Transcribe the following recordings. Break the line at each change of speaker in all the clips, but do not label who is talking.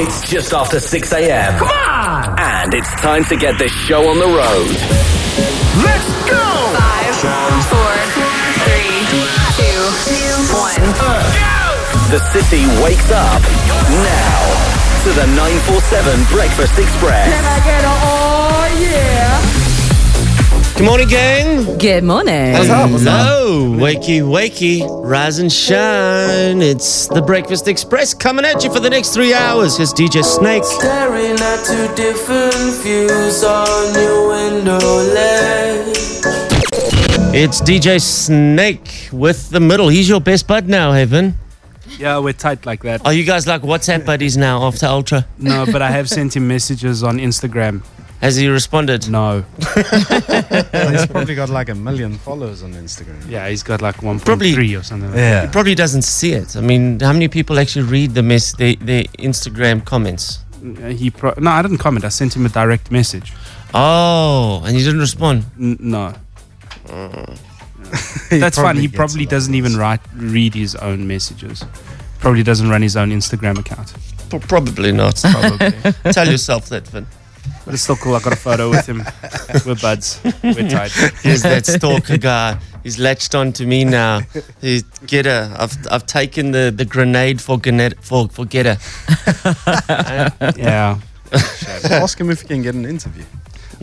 It's just after 6 a.m.
Come on!
And it's time to get this show on the road.
Let's go!
Five, four, three, two, one.
The city wakes up now to the 947 Breakfast Express.
I get a, oh yeah.
Good morning, gang.
Good morning.
Hello, wakey, wakey, rise and shine. It's the Breakfast Express coming at you for the next three hours. Here's DJ Snake.
Staring at two different views on your window ledge.
It's DJ Snake with the middle. He's your best bud now, Heaven.
Yeah, we're tight like that.
Are you guys like WhatsApp buddies now after Ultra?
No, but I have sent him messages on Instagram.
Has he responded?
No.
He's probably got like a million followers on Instagram.
Yeah, he's got like one probably
Probably-
three or something. Like
Yeah.
Probably doesn't see it. I mean, how many people actually read the mess, their, their Instagram comments?
that. Uh, He pro- no, I didn't comment. I sent him a direct message.
Oh, and you didn't respond.
N- no,
He
that's fine. Uh. He
gets
probably
a lot
doesn't
of
even
those.
write read his own messages. Probably doesn't run his own Instagram account.
P- Probably not.
Probably,
Tell yourself that, Vin.
but it's still cool. I got a photo with him. We're buds. We're tight.
He's that stalker guy. He's latched on to me now. He's getter. I've I've taken the, the grenade for grenade for for getter.
Yeah.
Ask him if he can get an interview.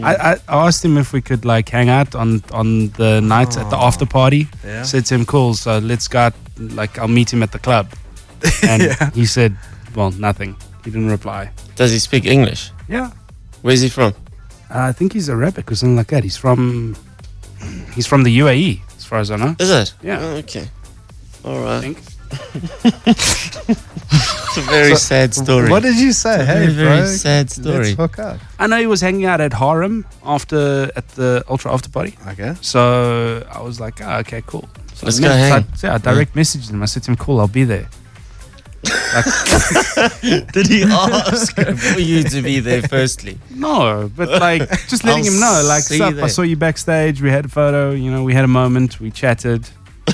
I, I, I asked him if we could like hang out on on the night at the
Oh.
after party.
Yeah.
Said to him, "Cool, so let's go. Out, like I'll meet him at the club." And he said, "Well, nothing." He didn't reply.
Does he speak English?
Yeah,
Where's he from?
Uh, I think he's Arabic or something like that. He's from he's from the UAE, as far as I know.
Is it?
Yeah.
Oh, okay. All right.
think.
it's a very sad story.
What did you say? Hey,
very, very
bro,
sad story.
Let's hook up.
I know he was hanging out at Harem after at the ultra after party.
Okay.
So I was like, ah, okay, cool. So
Let's
I
go
met-
hang.
So I, yeah, I direct messaged him. I said to him, cool, I'll be there.
Did he ask for you to be there? Firstly,
No, but like just letting
I'll
him know, like,
see
sup, I
that.
saw you backstage. We had a photo. You know, we had a moment. We chatted.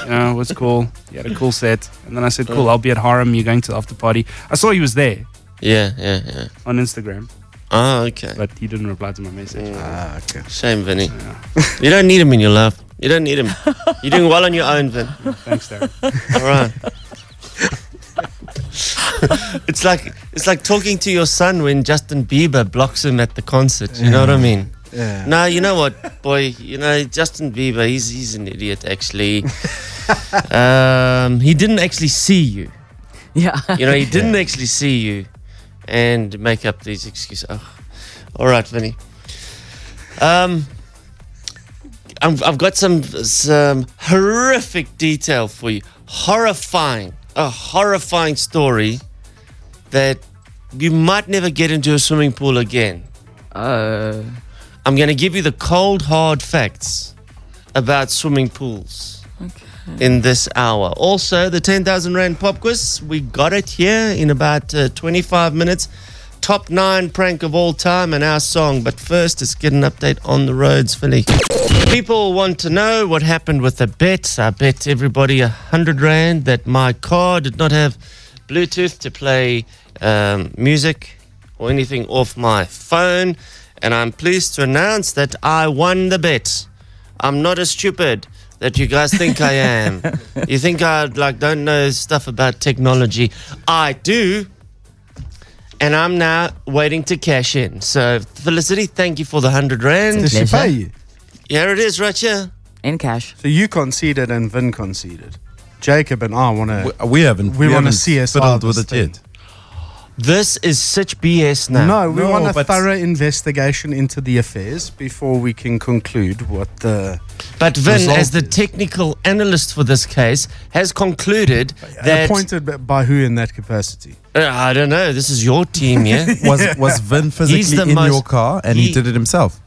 You know, it was cool. You had a cool set. And then I said, cool, I'll be at Harem. You're going to the after party. I saw he was there
yeah, yeah, yeah.
on Instagram,
Oh, okay.
but he didn't reply to my message.
Ah, okay.
Shame, Vinny. You don't need him in your life. You don't need him. You're doing well on your own, Vin.
Thanks, Darren.
All right. it's like it's like talking to your son when Justin Bieber blocks him at the concert. You know what I mean?
Yeah.
No, you know what, boy. You know Justin Bieber. He's he's an idiot. Actually, um, he didn't actually see you.
Yeah.
You know, he didn't actually see you, and make up these excuses. Oh. All right, Vinny. Um, I'm, I've got some some horrific detail for you. Horrifying, a horrifying story that you might never get into a swimming pool again.
Uh,
I'm going to give you the cold hard facts about swimming pools in this hour. Also, the 10,000 Rand pop quiz, we got it here in about uh, 25 minutes. Top nine prank of all time and our song. But first, let's get an update on the roads, Philly. People want to know what happened with the bets. I bet everybody a hundred rand that my car did not have Bluetooth to play um, music or anything off my phone. And I'm pleased to announce that I won the bet. I'm not as stupid that you guys think I am. you think I like don't know stuff about technology. I do. And I'm now waiting to cash in. So Felicity, thank you for the hundred
Did
rand.
she
Pleasure.
pay you?
Here it is, right here.
in cash.
So you conceded and Vin conceded. Jacob and I want to.
We haven't.
We
haven't
wanna CSR
fiddled with
this
it
thing.
yet.
This is such BS now.
No, we
No,
want a
but-
thorough investigation into the affairs before we can conclude what the.
But Vin,
Resolved
as the
it.
technical analyst for this case, has concluded that
appointed b- by who in that capacity?
Uh, I don't know. This is your team, yeah.
Was was Vin physically
the
in
most-
your car and he,
he-
did it himself?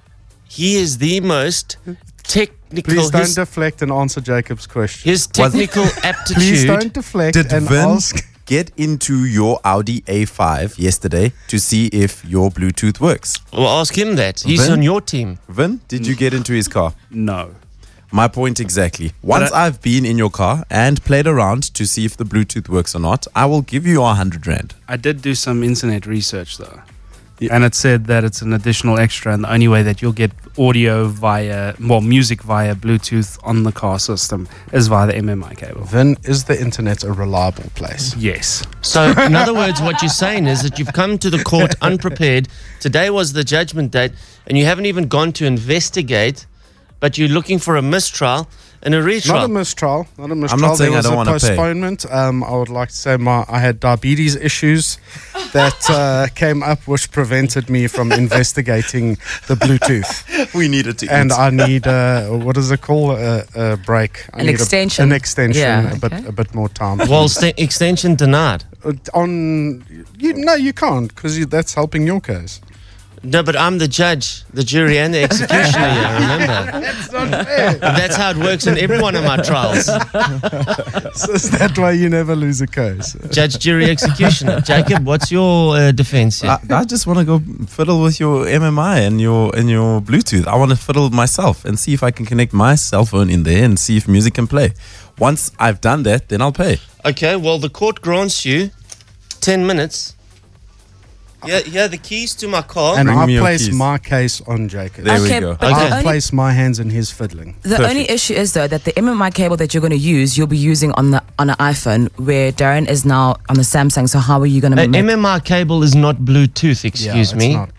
he is the most technical.
Please don't
his,
deflect and answer Jacob's question.
his technical aptitude.
Please don't deflect
Did
and
Vin
ask.
get into your Audi A5 yesterday to see if your Bluetooth works?
Well, ask him that. He's
Vin?
on your team.
Vin, did you get into his car?
No.
My point exactly. Once
I-
I've been in your car and played around to see if the Bluetooth works or not, I will give you a hundred rand.
I did do some internet research though. And it said that it's an additional extra, and the only way that you'll get audio via, well, music via Bluetooth on the car system is via the MMI cable.
Vin, is the internet a reliable place?
Yes.
So, in other words, what you're saying is that you've come to the court unprepared. Today was the judgment date, and you haven't even gone to investigate, but you're looking for a mistrial and a retrial.
Not a mistrial. Not a mistrial.
saying I
there was
don't
a
wanna pay.
postponement. Um, I would like to say my I had diabetes issues that uh, came up, which prevented me from investigating the Bluetooth.
We needed to
And I need uh, what is it called? A, a break. I
An
need a-
extension.
an extension.
Yeah,
a bit
okay.
a bit more time.
well, st- extension denied.
Uh, on you no, you can't because that's helping your case.
No, but I'm the judge, the jury, and the executioner here, remember? That's not fair. That's how it works in every one of my trials
So is that way you never lose a case.
judge, jury, executioner. Jacob, what's your uh, defense here?
I, I just want to go fiddle with your MMI and your and your Bluetooth. I want to fiddle myself and see if I can connect my cell phone in there and see if music can play. Once I've done that, then I'll pay.
Okay, well, the court grants you 10 minutes. Yeah, yeah, the keys to my car.
And
Bring
I
me your
place
keys.
my case on Jacob.
There
Okay,
we go.
but-
Okay.
I
Only-
place my hands in his fiddling.
The only issue is though that the MMI cable that you're going to use, you'll be using on the on an iPhone, where Darren is now on the Samsung. So how are you going
A
to make?
MMR cable is not Bluetooth, excuse
it's
me.
Not.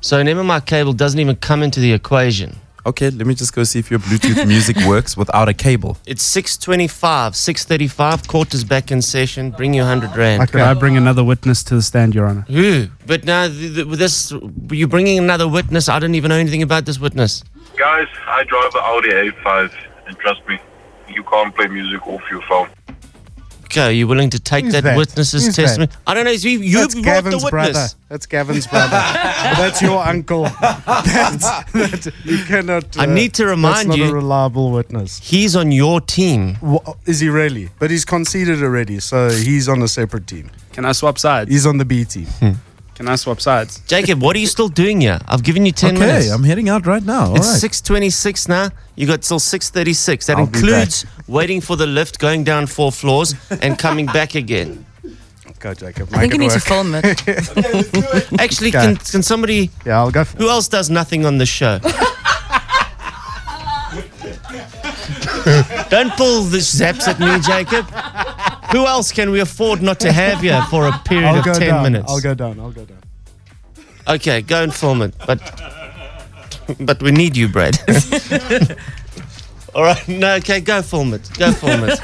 So an MMR cable doesn't even come into the equation.
Okay, let me just go see if your Bluetooth music works without a cable.
It's 625, 635, court is back in session, bring you 100 rand.
Could I bring another witness to the stand, Your Honor?
Ooh, but now th- th- with this, you're bringing another witness. I don't even know anything about this witness.
Guys, I drive an Audi A5, and trust me, you can't play music off your phone.
Okay, are you willing to take
Who's
that,
that?
witness's
Who's that?
testimony? I don't know. You, you
That's
brought the
Gavin's
witness.
brother. That's Gavin's brother. that's your uncle. That's, that, you cannot. uh,
I need to remind
that's not
you-
a reliable witness.
He's on your team.
Wha- Is he really? But he's conceded already, so he's on a separate team.
Can I swap sides?
He's on the B team.
Hmm.
Can I swap sides?
Jacob, what are you still doing here? I've given you 10
okay,
minutes.
I'm heading out right
Oh,
now. All right.
it's 6.26 now. You got till 6.36. That
I'll be
includes waiting for the lift, going down four floors, and coming back again.
Go, Jacob. Make
I think
it
you need
work.
to film it.
Actually,
Okay.
can, can somebody...
Yeah, I'll go. For
Who else does nothing on the show? Don't pull the zaps at me, Jacob. Who else can we afford not to have here for a period
I'll
of
go
10
down.
minutes?
I'll go down. I'll go down.
Okay, go and film it, but but we need you, Brad. All right, no, okay, go film it. Go film it.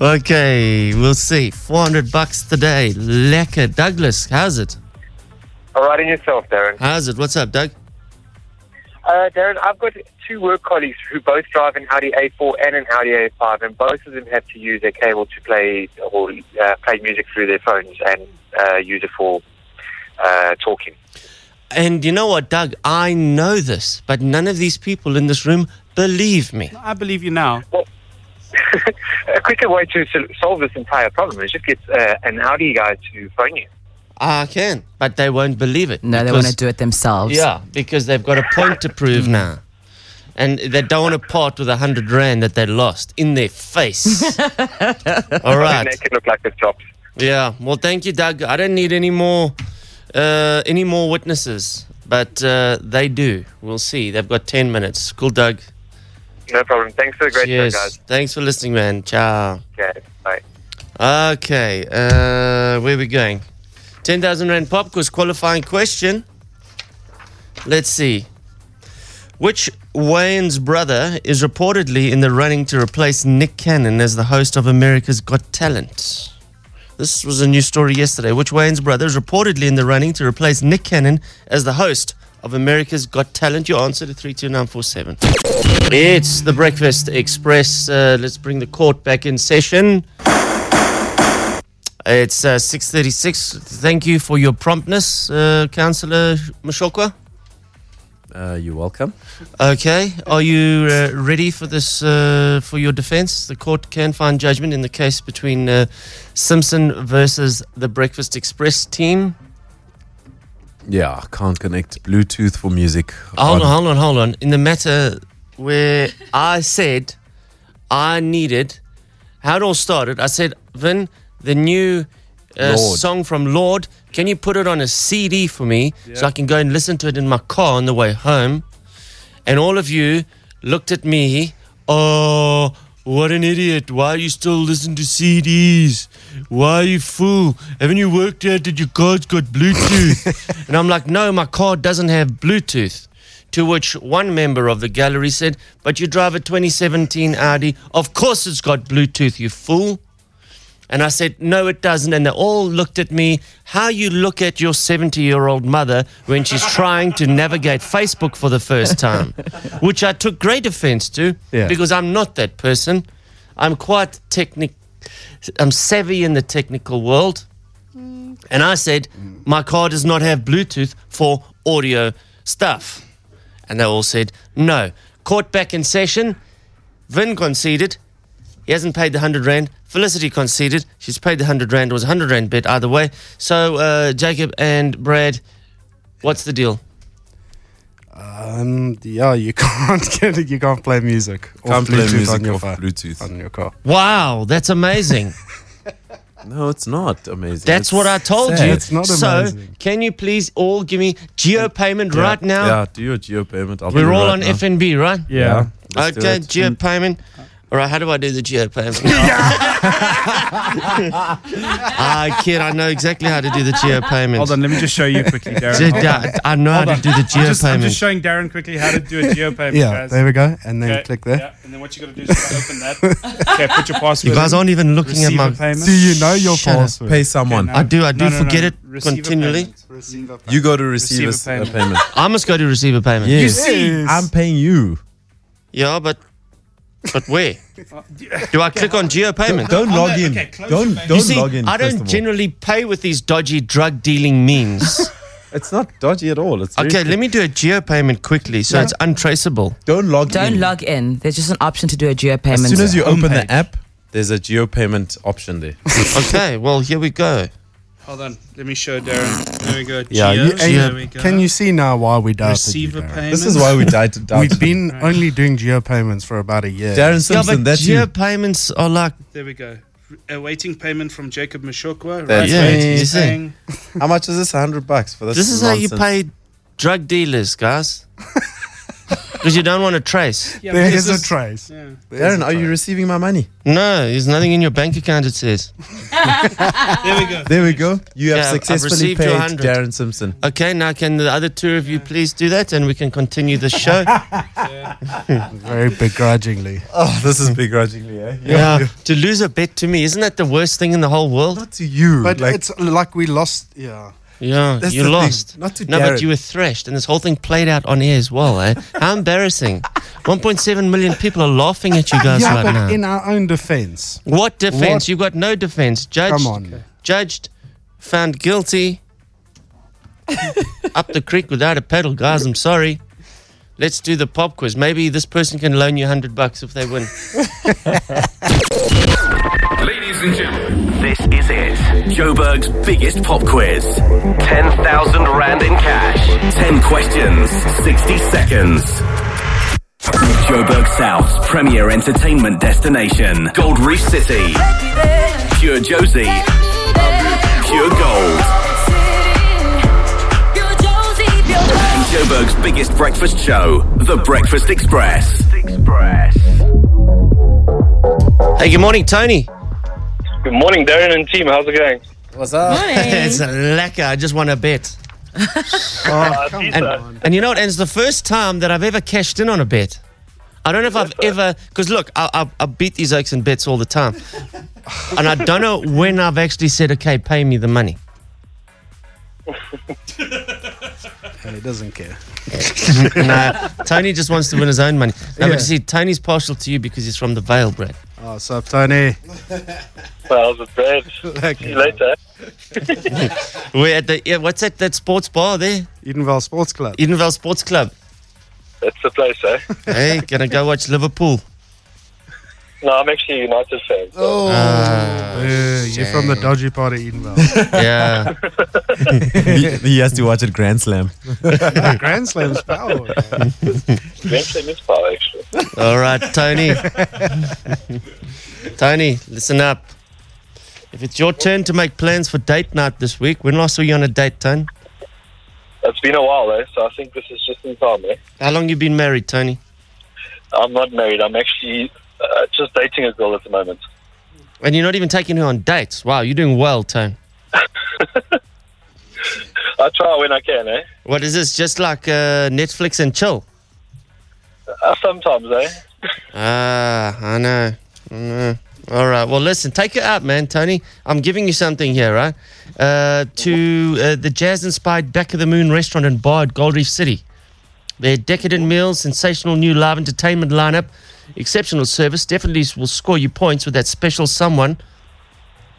okay, we'll see. Four hundred bucks today. Lekker, Douglas. How's it?
All right, and yourself, Darren.
How's it? What's up, Doug?
Uh, Darren, I've got two work colleagues who both drive an Audi A4 and an Audi A5, and both of them have to use their cable to play or uh, play music through their phones and uh, use it for uh, talking.
And you know what, Doug? I know this, but none of these people in this room believe me.
I believe you now.
A quicker way to sol- solve this entire problem is just get uh, an Audi guy to phone you.
I can, but they won't believe it.
No, they
because-
want to do it themselves.
Yeah, because they've got a point to prove now. And they don't want to part with a hundred rand that they lost in their face. All
Right.
right.
Make it look like the jobs.
Yeah. Well, thank you, Doug. I don't need any more, uh, any more witnesses, but uh, they do. We'll see. They've got ten minutes. Cool, Doug.
No problem. Thanks for the great
Cheers.
show, guys.
Thanks for listening, man. Ciao.
Okay, bye.
Okay. Uh, where we going? Ten thousand rand pop quiz qualifying question. Let's see. Which Wayne's brother is reportedly in the running to replace Nick Cannon as the host of America's Got Talent? This was a new story yesterday. Which Wayne's brother is reportedly in the running to replace Nick Cannon as the host of America's Got Talent? Your answer to 32947. It's the Breakfast Express. Uh, let's bring the court back in session. It's uh, 6.36. Thank you for your promptness, uh, Councillor Mashokwa.
Uh, you're welcome.
Okay. Are you uh, ready for this, uh, for your defense? The court can find judgment in the case between uh, Simpson versus the Breakfast Express team.
Yeah, I can't connect Bluetooth for music.
Hold on, hold on, hold on. In the matter where I said I needed, how it all started, I said, Vin, the new uh,
Lord.
song from Lord, can you put it on a CD for me so I can go and listen to it in my car on the way home? And all of you looked at me, oh, what an idiot. Why you still listen to CDs? Why you fool? Haven't you worked out that your car's got Bluetooth? and I'm like, no, my car doesn't have Bluetooth. To which one member of the gallery said, but you drive a 2017 Audi. Of course it's got Bluetooth, you fool. And I said, no, it doesn't. And they all looked at me, how you look at your 70 year old mother when she's trying to navigate Facebook for the first time, which I took great offense to
Yeah.
because I'm not that person. I'm quite technic, I'm savvy in the technical world. And I said, my car does not have Bluetooth for audio stuff. And they all said, no. Caught back in session. Vin conceded. He hasn't paid the 100 Rand. Felicity conceded. She's paid the 100 Rand. It was a 100 Rand bet either way. So, uh, Jacob and Brad, what's the deal?
Um, yeah, you can't get it. You can't play music. off
Can't play
Bluetooth
music
on your
off
phone.
Bluetooth.
on your car.
Wow, that's amazing.
No, it's not amazing.
That's
It's
what I told
sad.
you. so, can you please all give me geo payment
Yeah,
right now?
Yeah, do your geo payment. I'll do
We're
it
all
right
on
now.
FNB, right?
Yeah. Let's do
Okay,
it.
geo payment. All right, how do I do the geo payment? ah, kid, I know exactly how to do the geo payment.
Hold on, let me just show you quickly, Darren.
Dude,
Hold on.
I, I know
Hold
how to
on.
do the
I'm
geo
just, I'm
payment.
just showing Darren quickly how to do a geo payment.
Yeah,
guys.
there we go, and then click there.
Yeah, and then what you got to do is open that. Okay, put your password.
You guys
in.
aren't even looking at
Receive
my.
a payment.
Do you know your
Shut up.
password?
Pay someone.
Okay,
I do. I do
No, no, no,
forget
no.
it
Receive a
continually.
payment. Receive a
You go to receive,
Receive
a,
a
s- a
payment.
payment.
I must go to receive a payment.
Yes.
see,
I'm paying you.
Yeah, but but where? Do I click on geo payment?
Don't log
the-
in.
okay, close your
don't
phone.
don't
You see,
log in.
I
first of
don't
all.
generally pay with these dodgy drug dealing means.
It's not dodgy at all. It's very
okay,
quick.
let me do a geo payment quickly so it's untraceable.
Don't log in.
Don't log in. There's just an option to do a geo payment.
As soon as you open
homepage.
the app, there's a geo payment option there.
Okay, well, here we go.
Hold on, let me show Darren. There we go.
Yeah,
Geo,
you-
Hey,
there we go.
Can you see now why we doubted
receive
you,
a
Darren?
payment?
this is why we died to die.
We've been only doing geo payments for about a year.
Darren
Yeah,
Simpson.
but
that's
geo
you.
payments are like
There we go. R- Awaiting payment from Jacob Mashokwa.
There
Right
you
way
go.
to
You see.
paying.
How much is this? 100 bucks for this.
this is how you
nonsense.
pay drug dealers, guys. Because you don't want to trace.
Yeah,
There
but
is
this
a trace.
Yeah.
Darren, are you receiving my money?
No, there's nothing in your bank account. It says.
There we go.
There we go. You have
Yeah, I've
successfully
received your
paid
100.
Darren Simpson.
Okay, now can the other two of you please do that and we can continue the show?
Very begrudgingly.
Oh, this is begrudgingly, eh?
yeah. To lose a bet to me, isn't that the worst thing in the whole world?
Not to you.
But
like,
it's like we lost. Yeah.
Yeah,
That's
you
the thing,
lost.
not to
no, but
Garrett.
you were thrashed, and this whole thing played out on air as well. Eh? How embarrassing! 1.7 million people are laughing at you guys
yeah,
right
but
now.
in our own defense.
what defense?
What?
You've got no defense. Judged,
Come on.
judged, found guilty. Up the creek without a paddle, guys. I'm sorry. Let's do the pop quiz. Maybe this person can loan you hundred bucks if they win.
Ladies and gentlemen.
This is it. Joburg's biggest pop quiz. 10,000 Rand in cash. 10 questions, 60 seconds. Joburg South's premier entertainment destination. Gold Reef City. Pure Josie. Pure Gold. And Joburg's biggest breakfast show, The Breakfast Express.
Hey, good morning, Tony.
Good morning, Darren and team. How's it going?
what's up?
it's uh, a lacquer. I just won a bet.
Uh,
And,
pizza.
and you know what? And it's the first time that I've ever cashed in on a bet. I don't know if I've ever, because look, I, I, I beat these oaks and bets all the time. And I don't know when I've actually said, okay, pay me the money.
He doesn't care.
No, Tony just wants to win his own money. No,
Yeah.
but you see, Tony's partial to you because he's from the Vale, Brad.
Oh, what's up, Tony?
How's it, Brad? See you later.
We're at the, yeah, what's that, that sports bar there?
Edenvale Sports Club.
Edenvale Sports Club.
That's the place, eh?
Hey, gonna go watch Liverpool.
No, I'm actually a United fan.
Oh,
Ah,
you're from the
shame.
dodgy part of Edenville.
Yeah.
he, he has to watch it Grand Slam.
Grand Slam's power.
Eventually, Miss Power, actually.
All right, Tony. Tony, listen up. If it's your turn to make plans for date night this week, when last were you on a date, Tony?
It's been a while, though, so I think this is just in time, eh?
How long you been married, Tony?
I'm not married. I'm actually uh, just dating a girl at the moment.
And you're not even taking her on dates. Wow, you're doing well, Tony.
I try when I can, eh?
What is this? Just like uh, Netflix and chill?
Uh, sometimes, eh?
Ah, I know. I know. All right. Well, listen, take it up, man, Tony. I'm giving you something here, right? Uh, to uh, the jazz inspired Back of the Moon restaurant and bar at Gold Reef City. Their decadent meals, sensational new live entertainment lineup, exceptional service definitely will score you points with that special someone.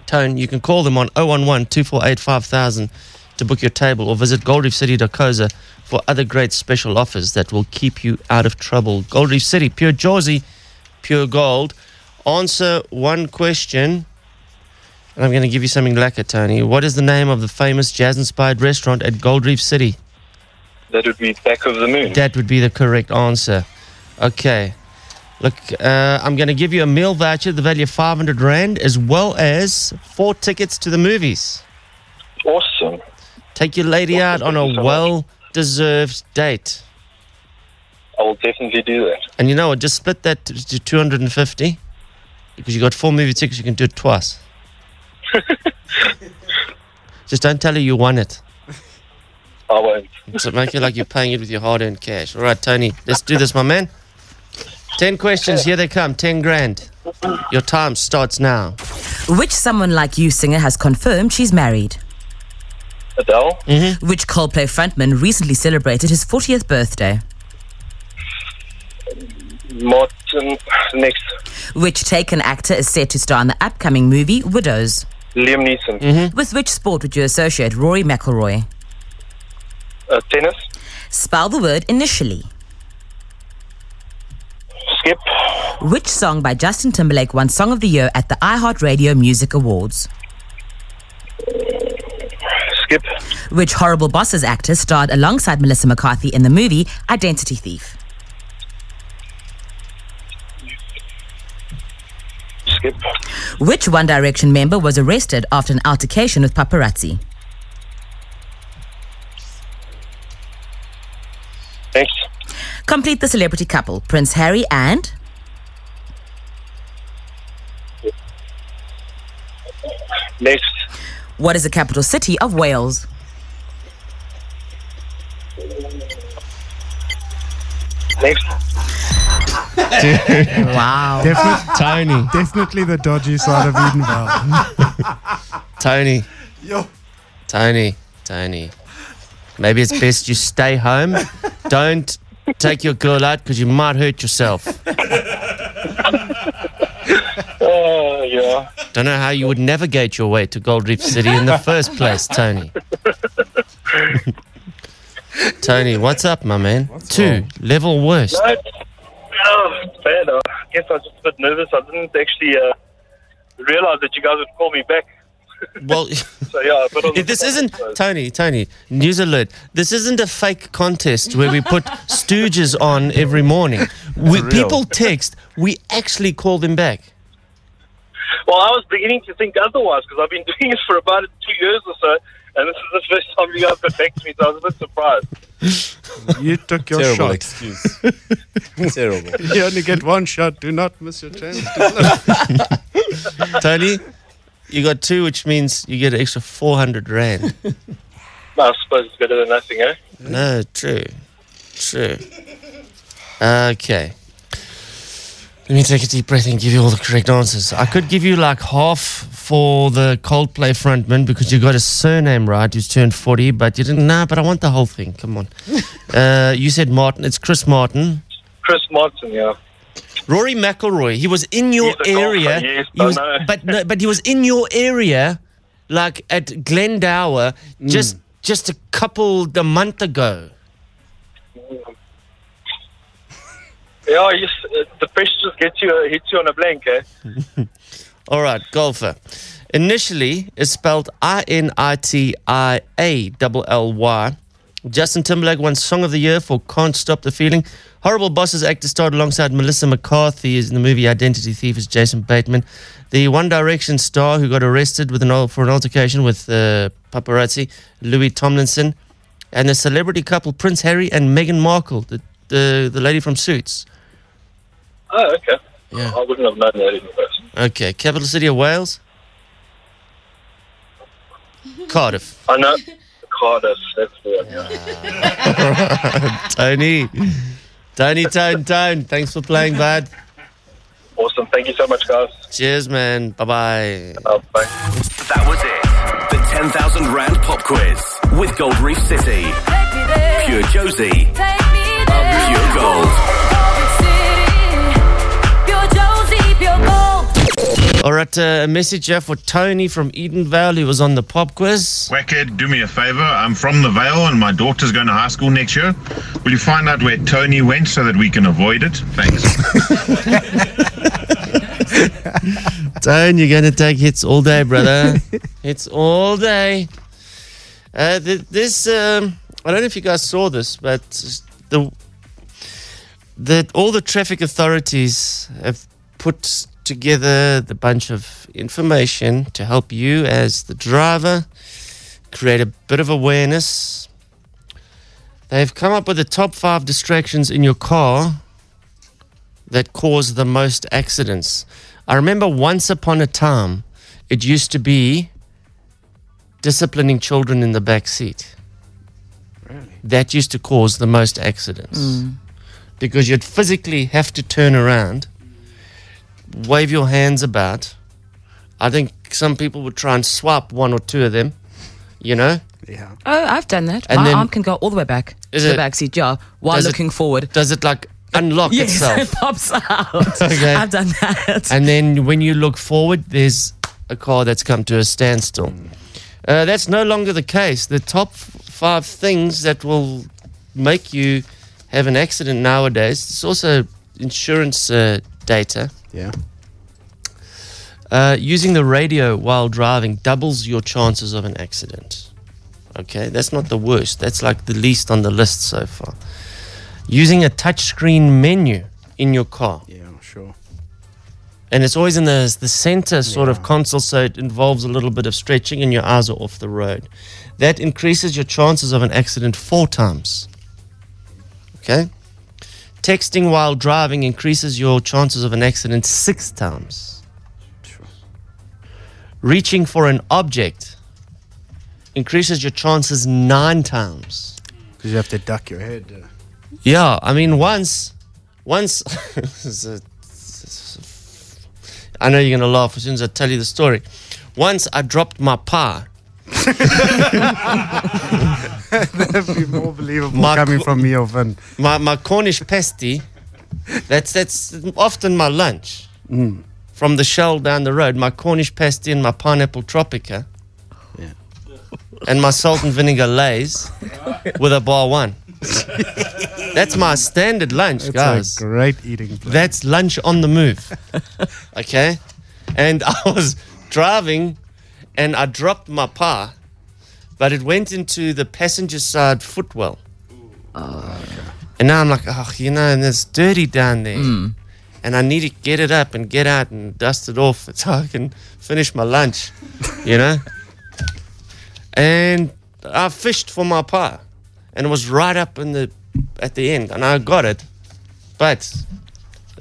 Tone, you can call them on 011 248 5000 to book your table or visit goldreefcity.coza for other great special offers that will keep you out of trouble. Gold Reef City, pure Jersey, pure gold. Answer one question, and I'm going to give you something lacquer, Tony. What is the name of the famous jazz inspired restaurant at Gold Reef City?
That would be back of the moon.
That would be the correct answer. Okay. Look, uh, I'm going to give you a meal voucher, the value of 500 Rand, as well as four tickets to the movies.
Awesome.
Take your lady out on
Thank you so
a
much.
well deserved date.
I will definitely do that.
And you know what? Just split that t- to 250 because you got four movie tickets. You can do it twice. Just don't tell her you won it.
I won't.
So make it like you're paying it with your hard earned cash. All right, Tony, let's do this, my man. 10 questions. Here they come. 10 grand. Your time starts now.
Which someone like you singer has confirmed she's married?
Adele,
Which Coldplay frontman recently celebrated his 40th birthday?
Martin, next,
Which Taken actor is set to star in the upcoming movie Widows?
Liam Neeson,
With which sport would you associate Rory McIlroy?
uh, tennis,
Spell the word initially.
skip,
Which song by Justin Timberlake won Song of the Year at the iHeartRadio Music Awards?
skip,
Which Horrible Bosses actor starred alongside Melissa McCarthy in the movie Identity Thief?
skip,
Which One Direction member was arrested after an altercation with paparazzi?
next,
Complete the celebrity couple Prince Harry and
next,
what is the capital city of Wales?
next.
Wow.
Definitely,
Tony,
definitely the dodgy side of Edenville.
Tony,
Yo.
Tony, Tony. Maybe it's best you stay home. Don't take your girl out because you might hurt yourself.
Oh, yeah.
Don't know how you would navigate your way to Gold Reef City in the first place, Tony. Tony, what's up, my man? Two, level worst.
I, oh, it's bad. I guess I was just a bit nervous. I didn't actually uh, realize that you guys would call me back.
Well,
So, yeah, a bit on the
this
spot,
isn't,
so-
Tony, Tony, news alert. This isn't a fake contest where we put stooges on every morning. We, people text, we actually call them back.
Well, I was beginning to think otherwise because I've been doing it for about two years or so, and this is the first time you guys got back to me, so I was a bit surprised.
You took your
Terrible
shot.
excuse. Terrible.
You only get one shot. Do not miss your chance.
Tony, you got two, which means you get an extra 400 Rand.
No, I suppose it's better than nothing, eh?
No, true. True. Okay. Let me take a deep breath and give you all the correct answers. I could give you like half for the Coldplay frontman because you got a surname right, who's turned 40, but you didn't. Nah, but I want the whole thing. Come on. Uh, you said Martin. It's Chris Martin.
Chris Martin, yeah.
Rory McIlroy. He was in your
He's a golfer,
area.
yes,
he
I
was,
know.
but no, but he was in your area, like at Glendower, just just a couple a month ago.
Yeah, you, s- uh, the pressure just gets
uh,
you, hits you on a blank, eh?
All right, golfer. Initially, it's spelled I N I T I A L L Y. Justin Timberlake won Song of the Year for Can't Stop the Feeling. Horrible Bosses actor starred alongside Melissa McCarthy is in the movie Identity Thief is Jason Bateman. The One Direction star who got arrested with an al- for an altercation with uh, paparazzi, Louis Tomlinson. And the celebrity couple Prince Harry and Meghan Markle, the, the, the lady from Suits.
Oh, okay. I wouldn't have known that in the first.
Okay, capital city of Wales? Cardiff.
I know. Cardiff, that's the one. Yeah.
Tony. Tony, Tone, Tone. Thanks for playing, bud.
awesome. Thank you so much, guys. Oh,
Cheers, man. Bye bye.
That was it. The 10,000 Rand Pop Quiz with Gold Reef City. Pure Josie. Pure Gold.
All right, uh, a message here for Tony from Eden Vale who was on the pop quiz.
Wackhead, do me a favor. I'm from the Vale and my daughter's going to high school next year. Will you find out where Tony went so that we can avoid it? Thanks.
Tone, you're going to take hits all day, brother. hits all day. Uh, th- this, um, I don't know if you guys saw this, but the, the all the traffic authorities have put together the bunch of information to help you as the driver create a bit of awareness. They've come up with the top five distractions in your car that cause the most accidents. I remember once upon a time, it used to be disciplining children in the back seat. Really? That used to cause the most accidents
Mm.
because you'd physically have to turn around, wave your hands about. I think some people would try and swap one or two of them, you know?
Yeah.
Oh, I've done that.
And
My
then-
arm can go all the way back
Is
to
it-
the backseat, yeah, while
Does it-
looking forward.
Does it like unlock
yes,
itself?
it pops out.
Okay.
I've done that.
and then when you look forward, there's a car that's come to a standstill. Uh, that's no longer the case. The top f- five things that will make you have an accident nowadays. It's also insurance uh, data.
Yeah.
Uh, using the radio while driving doubles your chances of an accident. Okay, that's not the worst. That's like the least on the list so far. Using a touchscreen menu in your car
Yeah, sure.
and it's always in the the center sort of console, so it involves a little bit of stretching, and your eyes are off the road. That increases your chances of an accident four times. Okay, texting while driving increases your chances of an accident six times. Reaching for an object increases your chances nine times.
Because you have to duck your head. uh,
Yeah, I mean, once, once, it's a- it's a- I know you're gonna laugh as soon as I tell you the story. Once I dropped my pie.
That'd be more believable
My
coming
co-
from me or Vin.
My my Cornish pasty. That's that's often my lunch
Mm.
from the shell down the road. My Cornish pasty and my pineapple tropica. And my salt and vinegar lays with a bar one. That's my standard lunch,
It's
guys.
a great eating place.
That's lunch on the move. okay? And I was driving and I dropped my pa, but it went into the passenger side footwell.
Oh,
And now I'm like, oh, you know, and it's dirty down there.
Hmm.
And I need to get it up and get out and dust it off so I can finish my lunch, you know? And I fished for my pie and it was right up in the at the end and I got it. But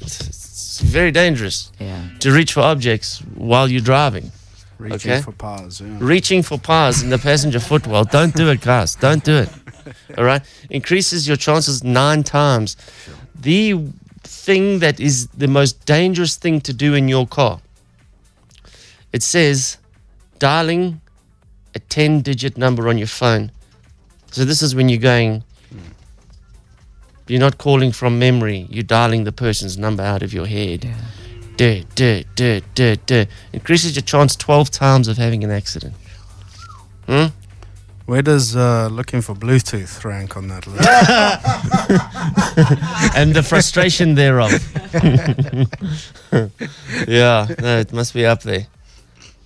it's, it's very dangerous
Yeah.
to reach for objects while you're driving.
Reaching
okay?
for pies. Yeah.
Reaching for pies in the passenger footwell. Don't do it, guys. Don't do it. All right? Increases your chances nine times. The thing that is the most dangerous thing to do in your car. It says dialing a 10 digit number on your phone. So this is when you're going you're not calling from memory. You're dialing the person's number out of your head. Duh, duh, duh, duh, duh. Increases your chance 12 times of having an accident. Hmm?
Where does uh, looking for Bluetooth rank on that list?
and the frustration thereof. yeah, no, it must be up there.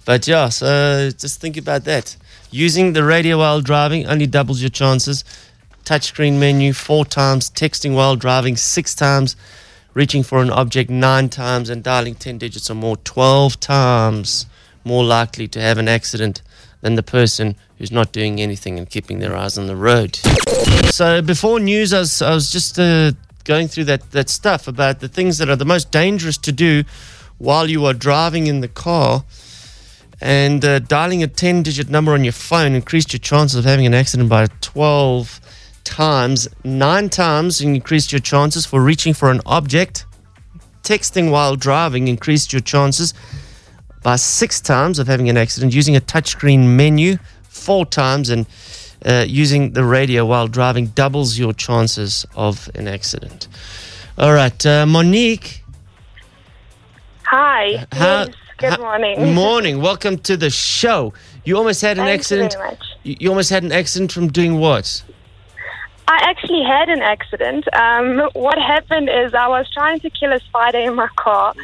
But yeah, so just think about that. Using the radio while driving only doubles your chances. Touchscreen menu four times, texting while driving six times, reaching for an object nine times, and dialing 10 digits or more 12 times more likely to have an accident than the person who's not doing anything and keeping their eyes on the road. So before news, I was, I was just uh, going through that, that stuff about the things that are the most dangerous to do while you are driving in the car. And uh, dialing a 10 digit number on your phone increased your chances of having an accident by 12 times. Nine times increased your chances for reaching for an object. Texting while driving increased your chances by six times of having an accident, using a touchscreen menu four times, and uh, using the radio while driving doubles your chances of an accident. All right, uh, Monique.
Hi.
How-
yes, good morning.
Morning. Welcome to the show. You almost had an
Thank you
accident.
very much.
You- you almost had an accident from doing what?
I actually had an accident. Um, what happened is I was trying to kill a spider in my car,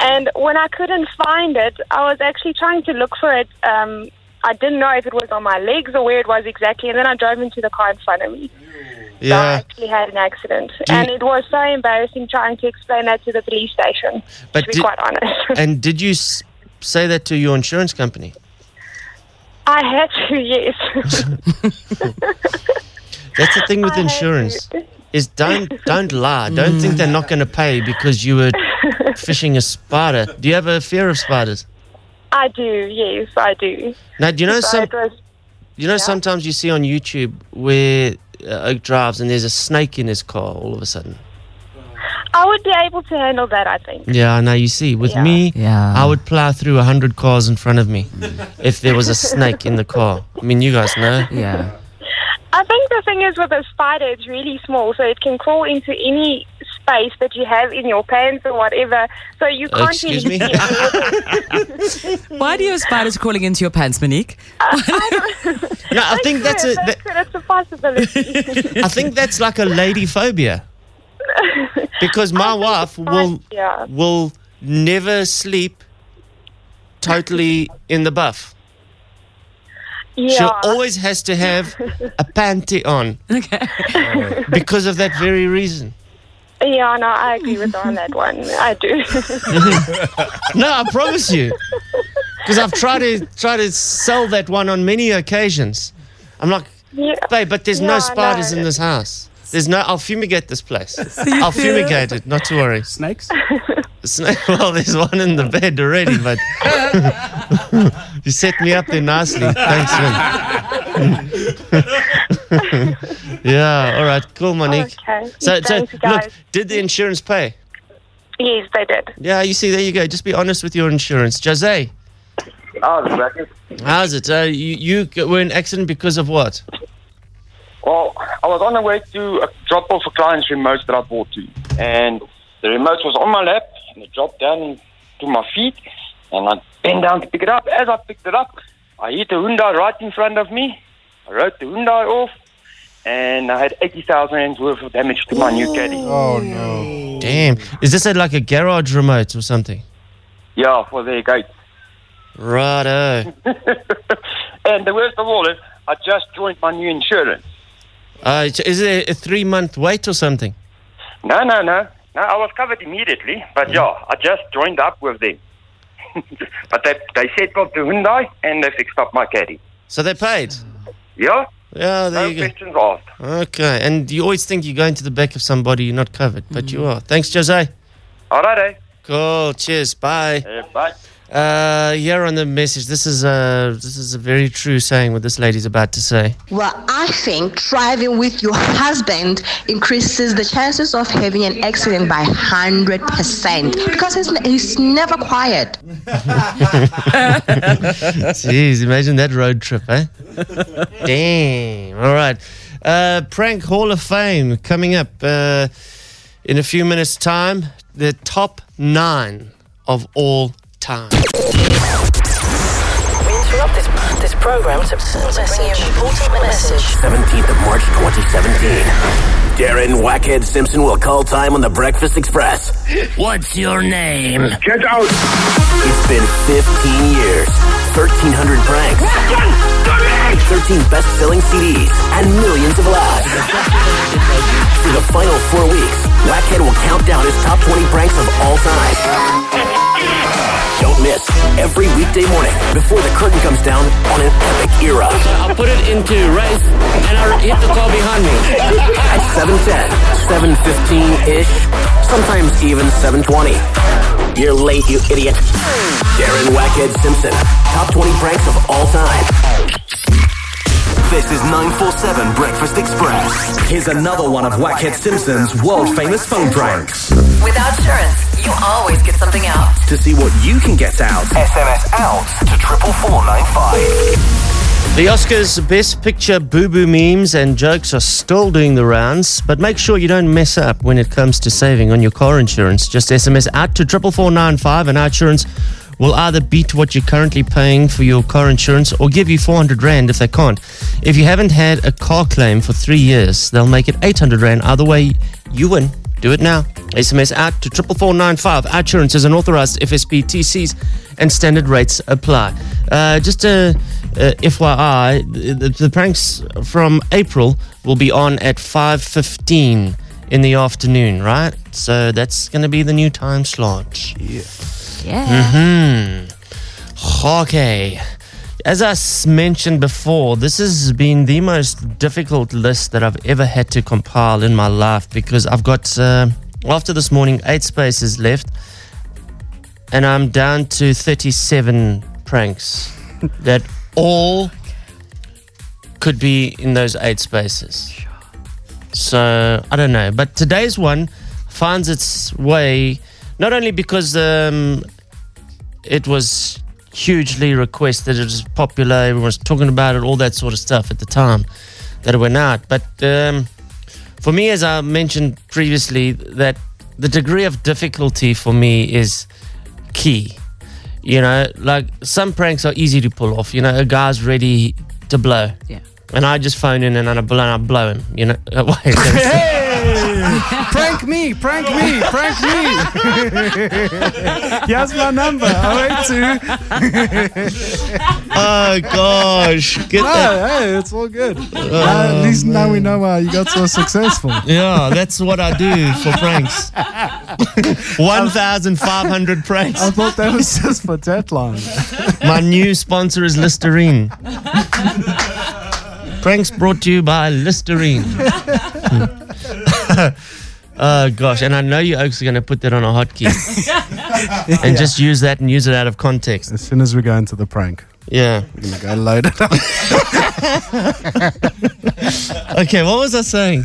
and when I couldn't find it, I was actually trying to look for it. Um, I didn't know if it was on my legs or where it was exactly, and then I drove into the car in front of me.
Yeah.
Actually, had an accident,
Do you-
and it was so embarrassing trying to explain that to the police station.
But
to be
did-
quite honest,
and did you s- say that to your insurance company?
I had to. Yes.
That's the thing with insurance is don't don't lie. Don't think they're not going to pay because you were fishing a spider. Do you have a fear of spiders?
I do, yes, I do.
Now, do you know
So
some-
it was-
You know, sometimes you see on YouTube where uh, Oak drives and there's a snake in his car all of a sudden.
I would be able to handle that, I think.
Yeah, now you see, with me, I would plow through 100 cars in front of me if there was a snake in the car. I mean, you guys know.
Yeah.
I think the thing is with a spider, it's really small, so it can crawl into any space that you have in your pants or whatever. So you
Uh,
can't
excuse
really
me?
see
Why do you have spiders crawling into your pants, Monique?
No, I think that's a. That,
That's a possibility.
I think that's like a lady phobia. Because my wife will
yeah.
will never sleep totally in the buff. She
Yeah.
always has to have a panty on. Okay. Because of that very reason.
yeah, no, I agree with her on that one. I do.
no, I promise you. Because I've tried to try to sell that one on many occasions. I'm like,
Yeah.
babe, but there's
Yeah,
no spiders
no.
in this house. There's no. I'll fumigate this place. I'll fumigate it. Not to worry.
Snakes.
Snake. Well, there's one in the bed already, but you set me up there nicely. Thanks, man. yeah. All right. Cool, Monique.
Okay.
So,
Thanks,
so
guys.
look, did the insurance pay?
yes, they did.
Yeah, you see, there you go. Just be honest with your insurance. Jose,
Oh, second.
how's it? Uh, you, you g- were in accident because of what?
Well, I was on the way to uh, drop off a client's remote that I bought to, and the remote was on my lap, and it dropped down to my feet, and I bent down to pick it up. As I picked it up, I hit a Hyundai right in front of me. I rode the Hyundai off, and I had eighty thousand rands worth of damage to my new caddy.
Oh no!
Damn. Is this a, like a garage remote or something?
Yeah, for er the gate.
Righto.
And the worst of all is, I just joined my new insurance.
Uh, j- is there a three month wait or something?
No, no, no. No, I was covered immediately, but
Mm.
yeah, I just joined up with them. but they, they settled the Hyundai and they fixed up my caddy.
So they paid?
Yeah?
Yeah, there
no
you go.
questions asked.
Okay. And you always think you're going to the back of somebody, you're not covered, but you are. Thanks, Jose.
All right, eh?
Cool. Cheers. Bye.
bye.
Uh, here on the message, this is a this is a very true saying. What this lady's about to say.
Well, I think driving with your husband increases the chances of having an accident by 100% because he's, he's never quiet.
Jeez, imagine that road trip, eh? Damn. All right. Uh, Prank Hall of Fame coming up uh, in a few minutes' time. The top nine of all time.
love this this program to bring you important message.
17th of March 2017. Darren Wackhead Simpson will call time on the Breakfast Express. What's your name? Get out! It's been 15 years, 1,300 pranks, 13 best selling CDs, and millions of laughs. For the final four weeks, Wackhead will count down his top 20 pranks of all time. Don't miss every weekday morning before the curtain comes down on an epic era. I'll put it into race and I'll hit the car behind me. At 7.10, 7.15-ish, sometimes even 7.20. You're late, you idiot. Darren Wackhead Simpson, top 20 pranks of all time. This is 947 Breakfast Express. Here's another one of Wackhead Simpson's world-famous phone pranks.
Without insurance, you always get something out.
To see what you can get out, SMS out to 44495.
The Oscars Best Picture boo boo memes and jokes are still doing the rounds, but make sure you don't mess up when it comes to saving on your car insurance. Just SMS out to 44495 and our insurance will either beat what you're currently paying for your car insurance or give you 400 Rand if they can't. If you haven't had a car claim for three years, they'll make it 800 Rand. Either way, you win. Do it now. SMS out to 44495. Our insurance is an authorized FSP TCs and standard rates apply. Uh, just a, uh, FYI, the, the pranks from April will be on at 5.15 in the afternoon, right? So that's going to be the new time slot. Yeah. Mm-hmm. Okay. As I s- mentioned before, this has been the most difficult list that I've ever had to compile in my life because I've got, uh, after this morning, eight spaces left and I'm down to 37 pranks that all could be in those eight spaces. So I don't know, but today's one finds its way not only because um, it was hugely requested, it was popular, everyone was talking about it, all that sort of stuff at the time that it went out, but um, for me, as I mentioned previously, that the degree of difficulty for me is key. You know, like some pranks are easy to pull off. You know, a guy's ready to blow. Yeah. And I just phone in and I blow, and I blow him. You know,
Hey! prank me, prank me, prank me. Here's my number. I went to.
oh gosh, get
no,
that. Oh,
hey, it's all good. Uh, at least now we know why you got so successful.
Yeah, that's what I do for pranks. One thousand five hundred pranks.
I thought that was just for deadline.
My new sponsor is Listerine. Pranks brought to you by Listerine. oh gosh, and I know you oaks are going to put that on a hotkey and
Yeah.
just use that and use it out of context.
As soon as we go into the prank,
Yeah.
we're gonna go load it up.
okay, what was I saying?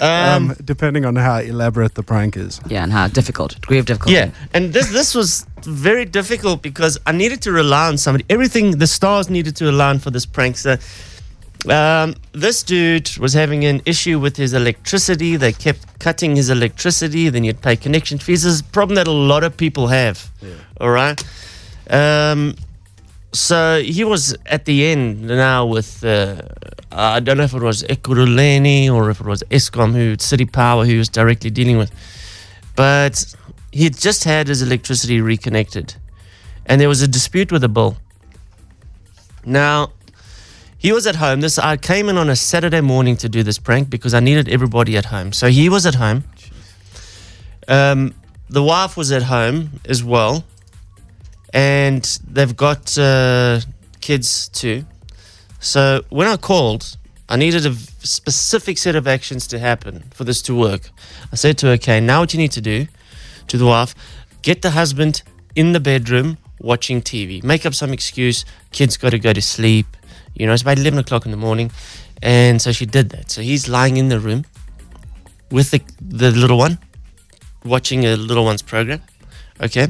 Um, depending on how elaborate the prank is.
Yeah, and how difficult, degree of difficulty.
Yeah, and this this was very difficult because I needed to rely on somebody. Everything the stars needed to align for this prank. So, um, this dude was having an issue with his electricity. They kept cutting his electricity. Then you'd pay connection fees. This is a problem that a lot of people have. All right. Um, so he was at the end now with uh, I don't know if it was Ekuruleni or if it was Eskom, who City Power, who he was directly dealing with, but he had just had his electricity reconnected, and there was a dispute with the bill. Now, he was at home. This I came in on a Saturday morning to do this prank because I needed everybody at home. So he was at home. Um, the wife was at home as well, and they've got uh, kids too. So when I called, I needed a v- specific set of actions to happen for this to work. I said to her, "Okay, now what you need to do to the wife, get the husband in the bedroom watching TV. Make up some excuse. Kids got to go to sleep. You know, it's about eleven o'clock in the morning." And so she did that. So he's lying in the room with the, the little one, watching a little one's program. Okay.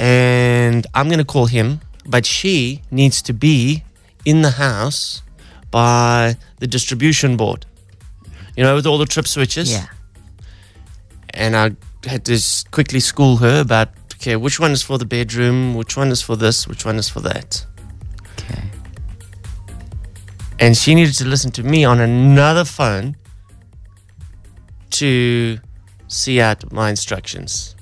And I'm going to call him, but she needs to be in the house by the distribution board, you know, with all the trip switches. Yeah. And I had to s- quickly school her about, okay, which one is for the bedroom, which one is for this, which one is for that. and she needed to listen to me on another phone to see out my instructions.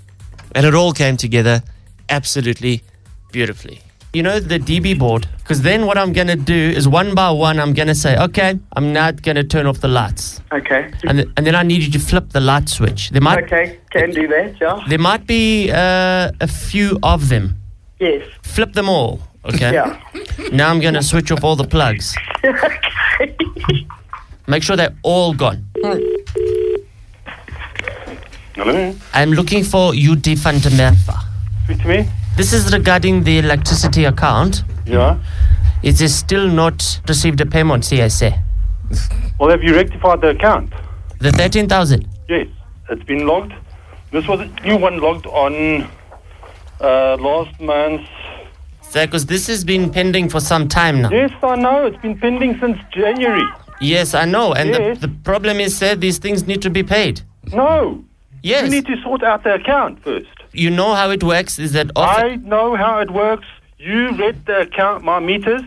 And it all came together absolutely beautifully. You know, the DB board, because then what I'm going to do is one by one, I'm going to say, okay, I'm not going to turn off the lights.
Okay.
And, th- and then I need you to flip the light switch. There might,
Okay, can do that, yeah.
there might be uh, a few of them.
Yes.
Flip them all. Okay.
Yeah.
Now I'm going to switch off all the plugs. Make sure they're all gone.
Hello?
I'm looking for UD Fantamerfa.
Speak to me?
This is regarding the electricity account.
Yeah.
It is still not received a payment, CSA.
Well, have you rectified the account?
The 13,000.
Yes. It's been logged. This was a new one logged on uh, last month.
Because this has been pending for some time now.
Yes, I know. It's been pending since January.
Yes, I know. And the, the problem is, sir, these things need to be paid.
No.
Yes.
You need to sort out the account first.
You know how it works is that often.
I know how it works. You read the account, my meters,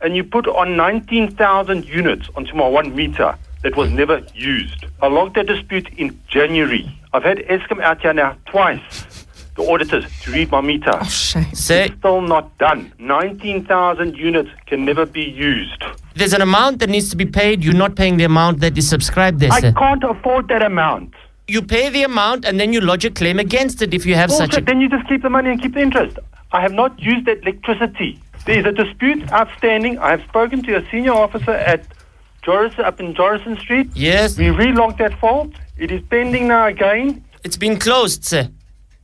and you put on 19,000 units onto my one meter that was never used. I logged that dispute in January. I've had Eskom out here now twice, the auditors, to read my meter. Oh,
it's
still not done. 19,000 units can never be used.
There's an amount that needs to be paid. You're not paying the amount that is subscribed there,
I
sir.
can't afford that amount.
You pay the amount and then you lodge a claim against it if you have
Bullshit.
such a.
Then you just keep the money and keep the interest. I have not used that electricity. There is a dispute outstanding. I have spoken to a senior officer at Jorison, up in Jorison Street.
Yes.
We relogged that fault. It is pending now again.
It's been closed, sir.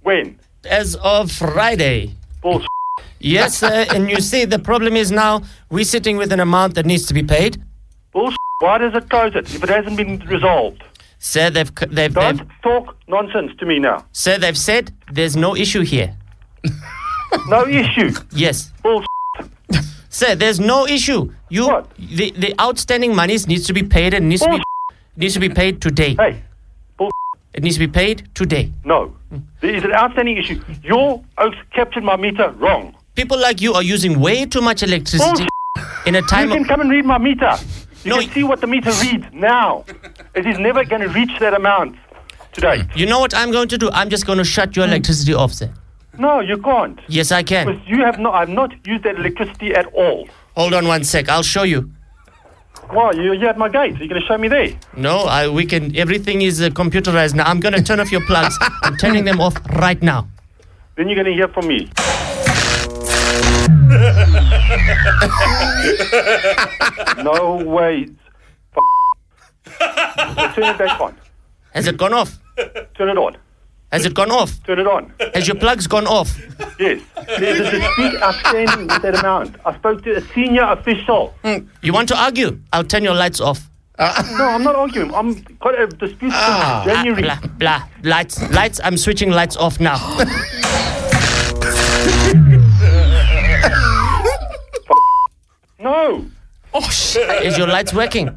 When?
As of Friday.
Bullshit.
Yes, sir. and you see, the problem is now we're sitting with an amount that needs to be paid.
Bullshit. Why does it close it if it hasn't been resolved?
Sir, they've c- they've
Don't talk nonsense to me now.
sir they've said there's no issue here.
no issue.
Yes.
Bullshit.
Sir, there's no issue. You the the outstanding monies needs to be paid and needs to be needs to be paid today.
Hey.
It needs to be paid today.
No. There is an outstanding issue. Your oaks captured my meter wrong.
People like you are using way too much electricity in a time
you can
of
come and read my meter. You can see what the meter reads now. It is never going to reach that amount today.
You know what I'm going to do? I'm just going to shut your electricity off, sir.
No, you can't.
Yes, I can.
Because you have not. I've not used that electricity at all.
Hold on one sec. I'll show you.
Why? You're here at my gate. You're going to show me there.
No, I, we can. Everything is uh, computerized now. I'm going to turn off your plugs. I'm turning them off right now.
Then you're going to hear from me. no way. F- Turn it back on.
Has it gone off?
Turn it on.
Has it gone off?
Turn it on.
Has your plugs gone off?
Yes. There's a dispute outstanding with that amount. I spoke to a senior official.
You want to argue? I'll turn your lights off.
no, I'm not arguing. I'm got a dispute
Ah,
since January.
Blah, blah. Lights, lights. I'm switching lights off now.
no.
Oh shit. Is your lights working?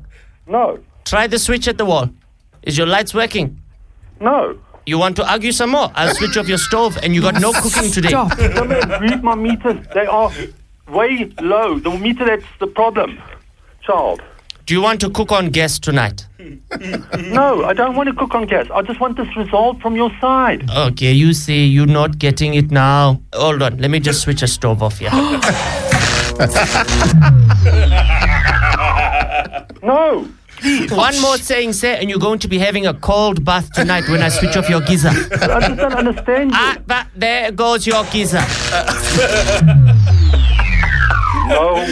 No.
Try the switch at the wall. Is your lights working?
No.
You want to argue some more? I'll switch off your stove, and you got no cooking today.
Some of- read my meters. They are way low. The meter that's the problem, child.
Do you want to cook on gas tonight?
No, I don't want to cook on gas. I just want this resolved from your side.
Okay, you see, you're not getting it now. Hold on, let me just switch a stove off here.
no.
One more saying, sir, and you're going to be having a cold bath tonight when I switch off your geyser.
I just don't understand you.
Ah, but there goes your geyser.
no.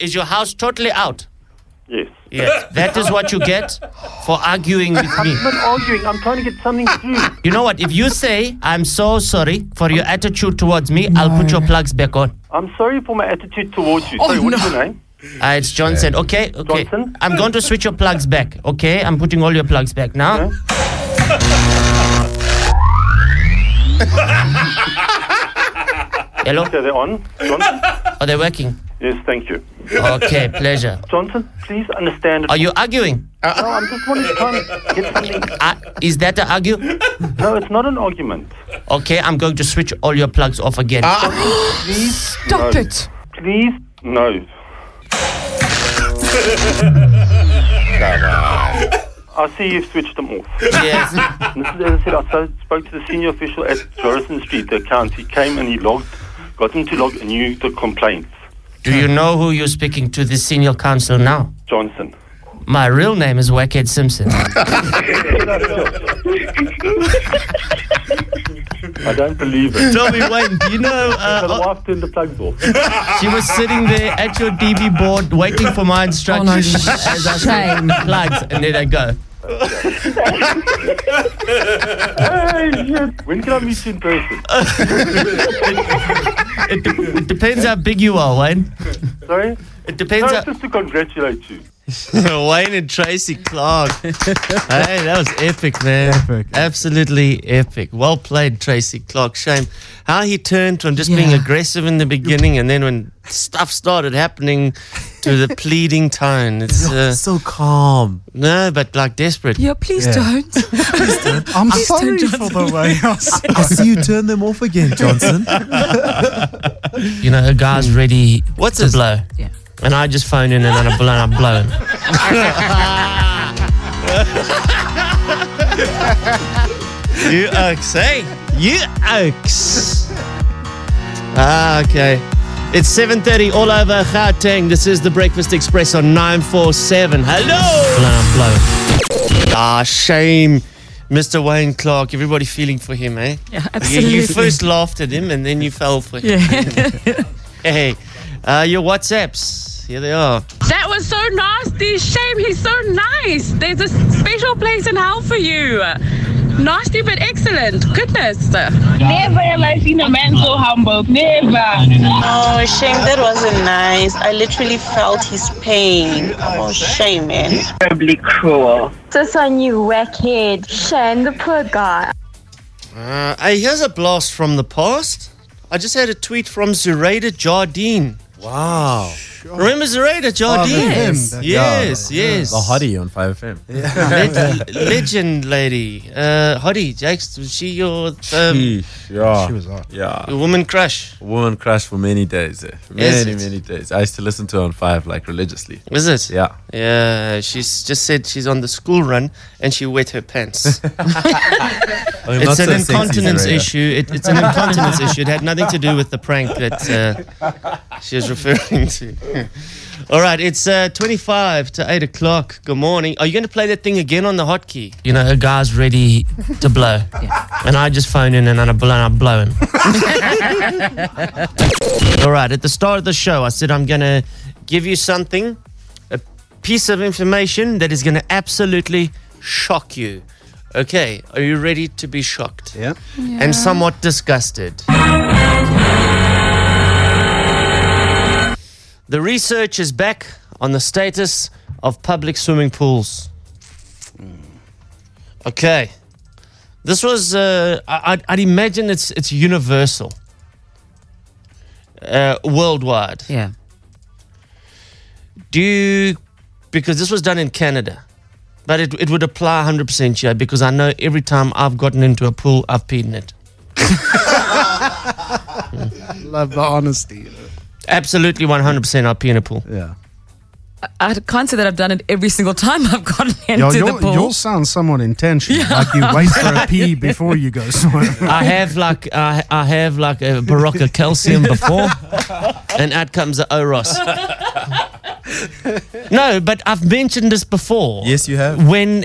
Is your house totally out?
Yes.
Yes. That is what you get for arguing with me.
I'm not arguing. I'm trying to get something through.
You know what? If you say, I'm so sorry for your attitude towards me, I'll put your plugs back on.
I'm sorry for my attitude towards you. sorry, what's your name?
Ah, it's Johnson. Okay, okay. I'm going to switch your plugs back. Okay, I'm putting all your plugs back now. Hello.
Okay, they're on. Johnson?
Are they working?
Yes, thank you.
Okay, pleasure.
Johnson, please understand. it.
Are you arguing?
No, I'm just wanting to try and get something.
Ah, is that an argue?
No, it's not an argument.
Okay, I'm going to switch all your plugs off again.
Ah. Please. Stop it. Please. No. Come on. I see you've switched them off.
Yes.
This is, as I said, I so- spoke to the senior official at Jorison Street, the account. He came and he logged, got him to log and knew the complaints.
Do you know who you're speaking to the senior counsel now?
Johnson.
My real name is Wackhead Simpson.
I don't believe it.
Tell me, Wayne, do you know. Uh,
the wife turned the plugs off.
She was sitting there at your DB board waiting for my instructions as I
shame.
said plugs, and then I go.
hey, shit. When can I meet you in person?
it, de- it depends how big you are, Wayne.
Sorry?
It depends
No,
how-
just to congratulate you.
Wayne and Tracy Clark. hey, that was epic, man. Absolutely epic. Well played, Tracy Clark. Shame how he turned from just being aggressive in the beginning, and then when stuff started happening, to the pleading tone. It's uh, so calm. No, but like desperate.
Yeah, please don't.
I'm
Please
sorry
don't,
for
Johnson.
the way I see you turn them off again, Johnson.
you know, a guy's ready
What's
to
his-
blow.
Yeah.
And I just phone in and then I blow and I blow him.
you oaks, hey? You oaks. Ah, okay. It's 7.30 all over Gauteng. This is The Breakfast Express on 947. Hello! Ah, shame. Mr. Wayne Clark, everybody feeling for him, eh?
Yeah,
You- You
absolutely.
first laughed at him and then you fell for him. hey, uh, your WhatsApps, here they are.
That was so nasty. Shame he's so nice. There's a special place in hell for you. Nasty but excellent. Goodness.
Never have I seen a man so humble. Never. Oh, shame. That wasn't nice. I literally felt his pain. Oh, shame, man. He's terribly cruel.
This on you, wackhead. Shame the poor guy.
Uh, hey, here's a blast from the past. I just had a tweet from Zoraida Jardine. Wow. Remember Zoraida Jardine?
Yes.
Oh, yes, yes. yes.
The hottie Oh, on 5FM.
Leg- legend lady. Uh, Hottie, Jakes, was she your um,
Sheesh, yeah.
She was hot.
Yeah.
your woman crush?
Woman crush for many days. eh. For
Is
Many,
it?
many days. I used to listen to her on 5 like religiously.
Is it?
Yeah.
Yeah, she's just said she's on the school run and she wet her pants.
I'm
it's
not
an
so sexy,
incontinence
Zoraida.
issue. It, it's an incontinence issue. It had nothing to do with the prank that uh, she was referring to. All right, it's uh, 25 to 8 o'clock. Good morning. Are you going to play that thing again on the hotkey?
You know, a guy's ready to blow. And I just phone in and then I blow and I blow him.
All right, at the start of the show, I said I'm going to give you something, a piece of information that is going to absolutely shock you. Okay, are you ready to be shocked? Yeah.
Yeah.
And somewhat disgusted. The research is back on the status of public swimming pools. Okay. This was, uh, I, I'd, I'd imagine it's, it's universal uh, worldwide.
Yeah.
Do you, because this was done in Canada, but it, it would apply 100% here because I know every time I've gotten into a pool, I've peed in it.
Love the honesty.
Absolutely 100% I'll pee in a pool. Yeah.
I can't say that I've done it every single time I've gotten
Your,
into the
your,
pool.
your sounds somewhat intentional. Like you wait for a pee before you go swim.
I have like I, I have like a Barocca calcium before, and out comes the Oros. No, but I've mentioned this before. Yes, you have. When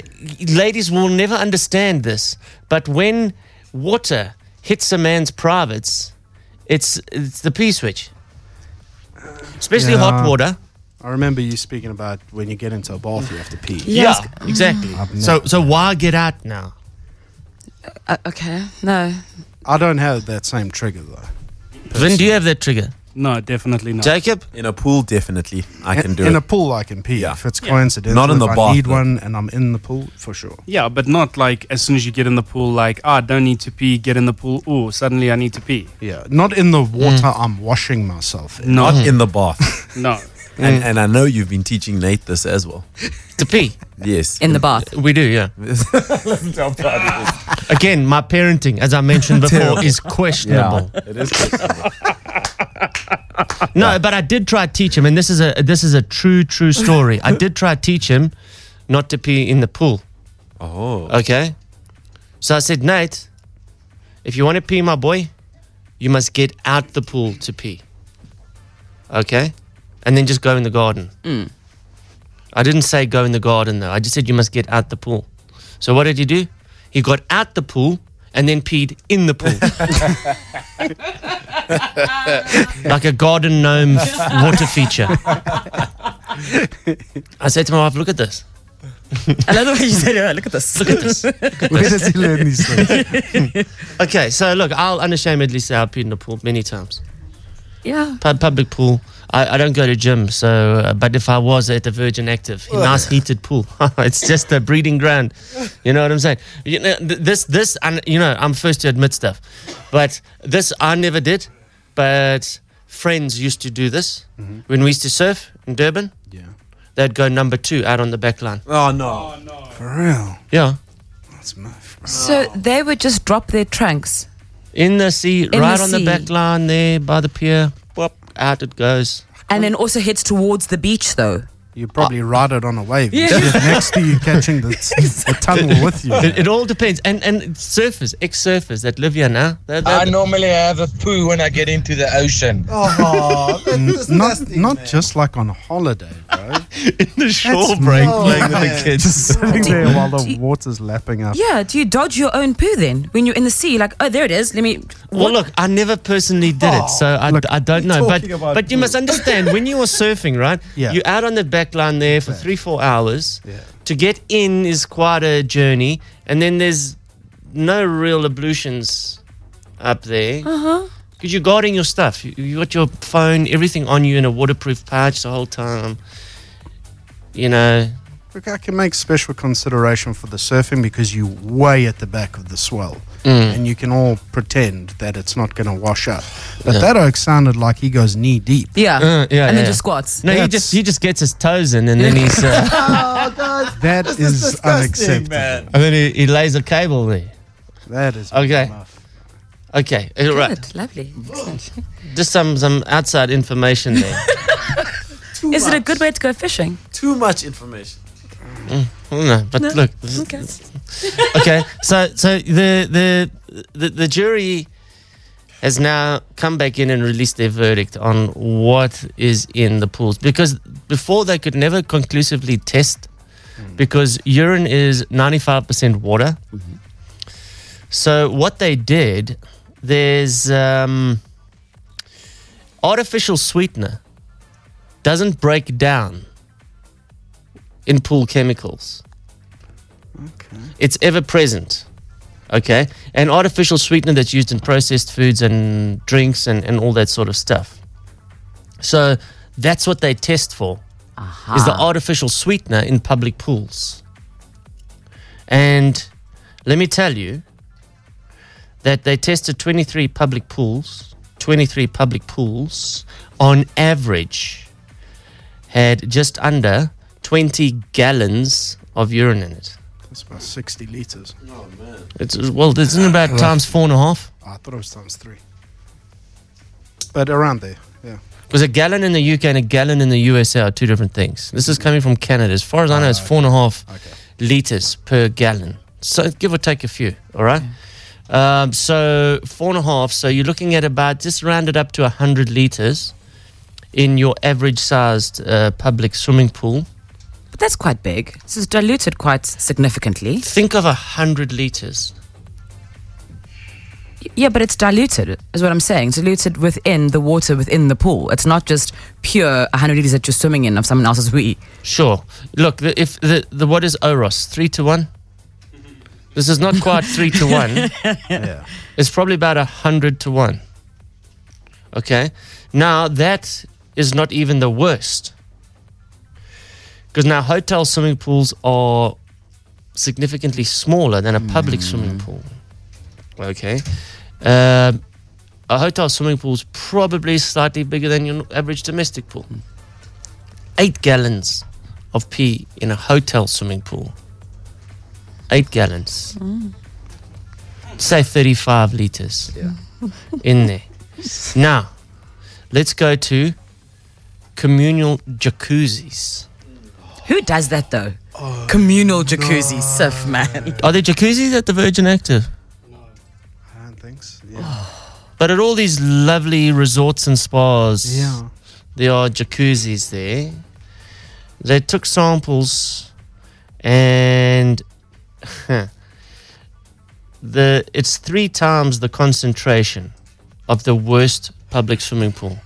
ladies will never understand this, but when water hits a man's privates, it's it's the pee switch, especially hot
Yeah.
water.
I remember you speaking about when you get into a bath, you have to pee.
Yeah, exactly. So so why get out now?
Uh, okay, no.
I don't have that same trigger though.
Vin, do you have that trigger?
No, definitely not.
Jacob?
In a pool, definitely. I can do
in
it.
a pool, I can pee if it's
Yeah.
coincidental.
Not in the
if I
bath,
need
though.
one, and I'm in the pool for sure.
Yeah, but not like as soon as you get in the pool, like, ah, don't need to pee, get in the pool. Ooh, suddenly I need to pee.
Yeah. Not in the water
Mm.
I'm washing myself. In.
Not
Hmm. Mm-hmm.
in the bath.
no.
And, and I know you've been teaching Nate this as well.
To pee?
Yes.
In the bath.
We do, yeah. Again, my parenting, as I mentioned before,
Terrible.
is questionable.
Yeah, it is questionable.
No, but I did try to teach him, and this is a this is a true true story. I did try to teach him not to pee in the pool.
Oh.
Okay. So I said, Nate, if you want to pee, my boy, you must get out the pool to pee. Okay, and then just go in the garden.
Mm.
I didn't say go in the garden though. I just said you must get out the pool. So what did he do? He got out the pool and then peed in the pool. like a garden gnome f- water feature. I said to my wife, look at this.
I love the way you said it. Look at this.
Look at this. Look at
Where
this.
does he learn these
things? okay, so look, I'll unashamedly say I've peed in the pool many times.
Yeah.
Pub- public pool. I, I don't go to gym, so uh, but if I was at the Virgin Active, a
Ugh.
nice heated pool. it's just a breeding ground. You know what I'm saying? You know, th- this this and you know I'm first to admit stuff, but this I never did. But friends used to do this when we used to surf in Durban. Yeah, they'd go number two out on the back line.
Oh no!
For real? Yeah. That's
So they would just drop their trunks.
In the sea,
In
right
the
on the back
sea.
line there by the pier. Whoop, out it goes.
And then also heads towards the beach, though.
You probably
Ah.
ride it on a wave.
Yeah.
Next to you catching the, the tunnel with you.
It, it all depends. And and surfers, ex surfers that live here now. They're, they're,
I normally have a poo when I get into the ocean.
Oh, not not just like on holiday, bro.
In the
shore break, playing with the kids.
Just sitting
Do-
there while the
do you-
water's lapping up.
Yeah, do you dodge your own poo then? When you're in the sea, like, oh, there it is. Let me.
well, look, I never personally did it, so I, I don't know. But
talking about
but you must understand when you are surfing, right?
Yeah.
You're out on the back line there for three four hours. Yeah. To get in is quite a journey, and then there's no real ablutions up there.
Uh huh.
Because you're guarding your stuff. You, you got your phone, everything on you in a waterproof pouch the whole time. You know,
Look, I can make special consideration for the surfing because you way at the back of the swell,
Mm.
and you can all pretend that it's not going to wash up. But
Yeah.
that oak sounded like he goes knee deep.
Yeah.
Uh, yeah,
and
yeah.
then just squats.
No, he just he just gets his toes in, and then he's uh,
That is unacceptable.
and then he, he lays a cable there.
That is
okay. Okay, all right.
Good, lovely. Excellent.
Just some some outside information there.
Is it a good way to go fishing?
Too much information.
Mm, no, but
No?
look.
Okay.
okay, so so the, the the the jury has now come back in and released their verdict on what is in the pools because before they could never conclusively test because urine is 95% water. So what they did there's um, artificial sweetener doesn't break down in pool chemicals. It's ever present. Okay? And artificial sweetener that's used in processed foods and drinks and, and all that sort of stuff. So that's what they test for. Is the artificial sweetener in public pools. And let me tell you that they tested 23 public pools, 23 public pools on average had just under 20 gallons of urine in it.
That's about sixty liters. Oh man!
It's well, isn't it about times four and a half?
I thought it was times three, but around there. Yeah.
Because a gallon in the UK and a gallon in the USA are two different things. This is coming from Canada. As far as I know, it's four and a half liters per gallon. So give or take a few. All right. Um, so four and a half. So you're looking at about just rounded up to hundred liters in your average-sized uh, public swimming pool.
But that's quite big. This is diluted quite significantly.
Think of a hundred liters.
Yeah, but it's diluted, is what I'm saying. It's diluted within the water within the pool. It's not just pure 100 liters that you're swimming in of someone else's wee.
Sure. Look, the, if the, the what is Oros three to one? This is not quite three to one.
yeah.
It's probably about a hundred to one. Okay. Now that is not even the worst, because now hotel swimming pools are significantly smaller than a public swimming pool. Okay. Um, a hotel swimming pool is probably slightly bigger than your average domestic pool. Eight gallons of pee in a hotel swimming pool. Eight gallons. Say 35 liters in there. Now, Let's go to communal jacuzzis.
Who does that though? Communal jacuzzi, Sif, man.
Are there jacuzzis at the Virgin Active? But at all these lovely resorts and spas,
Yeah.
there are jacuzzis there. They took samples and the it's three times the concentration of the worst public swimming pool.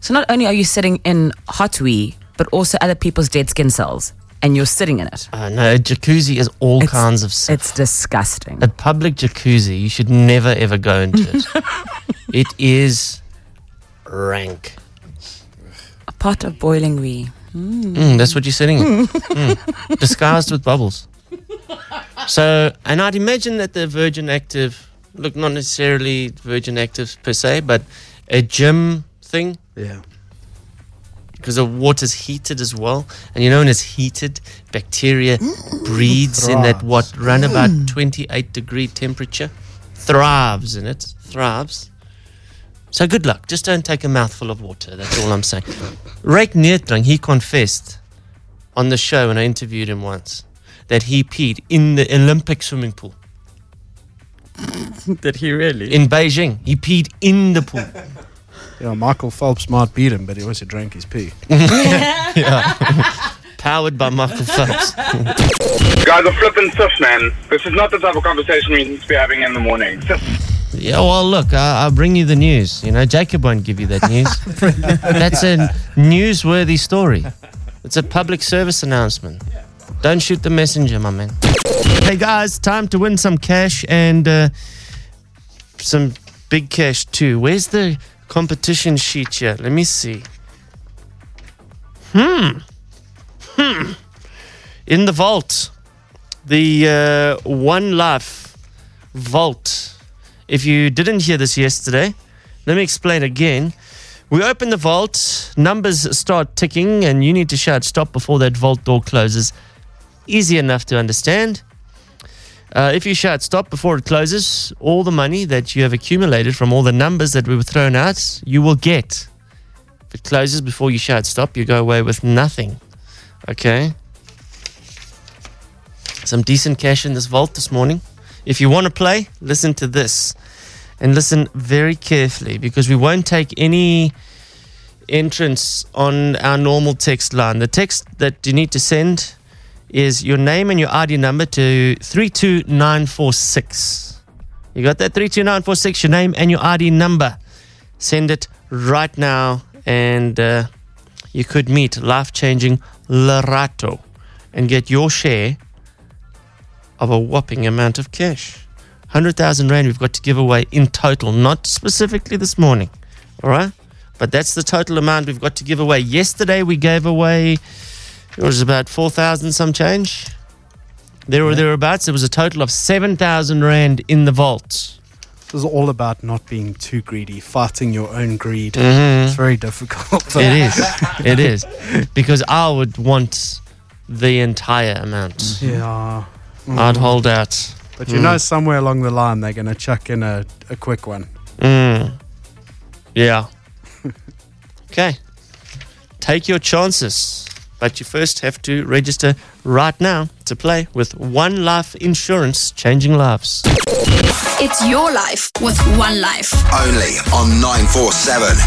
So not only are you sitting in hot wee, but also other people's dead skin cells, and you're sitting in it.
Uh, no, a jacuzzi is all kinds of stuff. It's
disgusting.
A public jacuzzi, you should never ever go into it. it is rank.
A pot of boiling wee. Mm.
Mm, that's what you're sitting in. Mm. Disguised with bubbles. So, and I'd imagine that the Virgin Active, look, not necessarily Virgin Active per se, but a gym thing.
Yeah.
Because the water's heated as well. And you know, when it's heated, bacteria breeds in that, what, run about
Mm.
28 degree temperature. Thrives in it. Thrives. So good luck. Just don't take a mouthful of water. That's all I'm saying. Rake Neertrang, he confessed on the show when I interviewed him once that he peed in the Olympic swimming pool.
Did he really?
In Beijing, he peed in the pool.
Yeah, Michael Phelps might beat him, but he also drank his pee.
Yeah. Powered by Michael Phelps.
Guys, are flipping stiff, man. This is not the type of conversation we need to be having in the morning.
yeah, well, look, I, I'll bring you the news. You know, Jacob won't give you that news. That's a newsworthy story. It's a public service announcement. Don't shoot the messenger, my man. Hey, guys, time to win some cash and uh, some big cash, too. Where's the competition sheet yet? Let me see. Hmm. Hmm. In the vault, the uh, One Life vault. If you didn't hear this yesterday, let me explain again. We open the vault, numbers start ticking, and you need to shout stop before that vault door closes. Easy enough to understand. Uh, if you shout stop before it closes, all the money that you have accumulated from all the numbers that we were thrown out, you will get. If it closes before you shout stop, you go away with nothing. Okay? Some decent cash in this vault this morning. If you want to play, listen to this. And listen very carefully because we won't take any entrance on our normal text line. The text that you need to send is your name and your ID number to 32946. You got that? 32946, your name and your ID number. Send it right now, and uh, you could meet life changing Larato and get your share of a whopping amount of cash. 100,000 Rand we've got to give away in total, not specifically this morning. All right? But that's the total amount we've got to give away. Yesterday we gave away, it was about 4,000 some change. There or thereabouts. There was a total of 7,000 Rand in the vault.
This is all about not being too greedy, fighting your own greed.
Mhm.
It's very difficult.
It is. It is. Because I would want the entire amount.
Yeah.
I'd
Mm.
hold out.
But you
Mm.
know, somewhere along the line, they're going to chuck in a, a quick one.
Mm. Yeah. okay. Take your chances, but you first have to register right now to play with One Life Insurance, changing lives.
It's your life with one life.
Only on 947.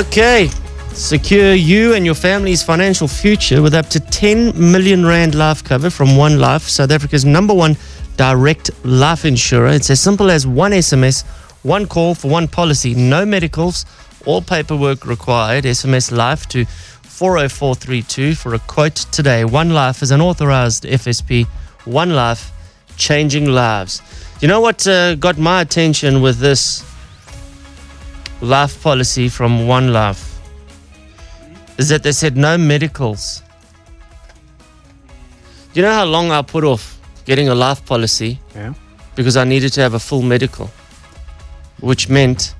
Okay. Secure you and your family's financial future with up to 10 million Rand life cover from One Life, South Africa's number one direct life insurer. It's as simple as one SMS, one call for one policy, no medicals, all paperwork required. SMS Life to 40432 for a quote today. One Life is an authorized FSP. One Life, changing lives. You know what uh, got my attention with this? life policy from One Life is that they said no medicals. Do you know how long I put off getting a life policy?
Yeah.
Because I needed to have a full medical, which meant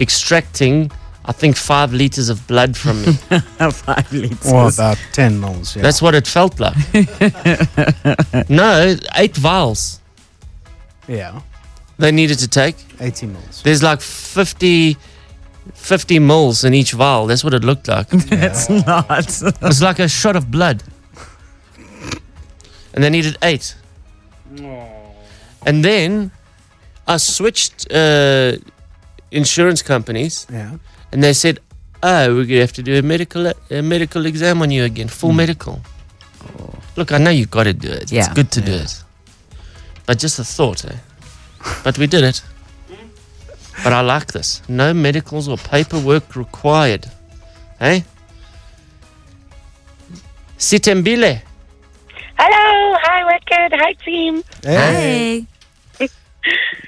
extracting I think, five liters of blood from me.
five liters.
Well,
Well,
about
about 10 mils, yeah.
That's what it felt like. no, eight vials
yeah.
they needed to take.
80 mils.
There's like 50, 50 mils in each vial. That's what it looked like.
It's not.
It's like a shot of blood. And they needed eight. And then I switched uh, insurance companies.
Yeah.
And they said, oh, we're going to have to do a medical, a medical exam on you again, full
Hmm.
medical. Look, I know you got to do it. It's
Yeah.
good to do it. But just a thought, eh? But we did it. But I like this. No medicals or paperwork required. Eh? Sitembile.
Hello. Hi, Wicked. Hi, team.
Hey.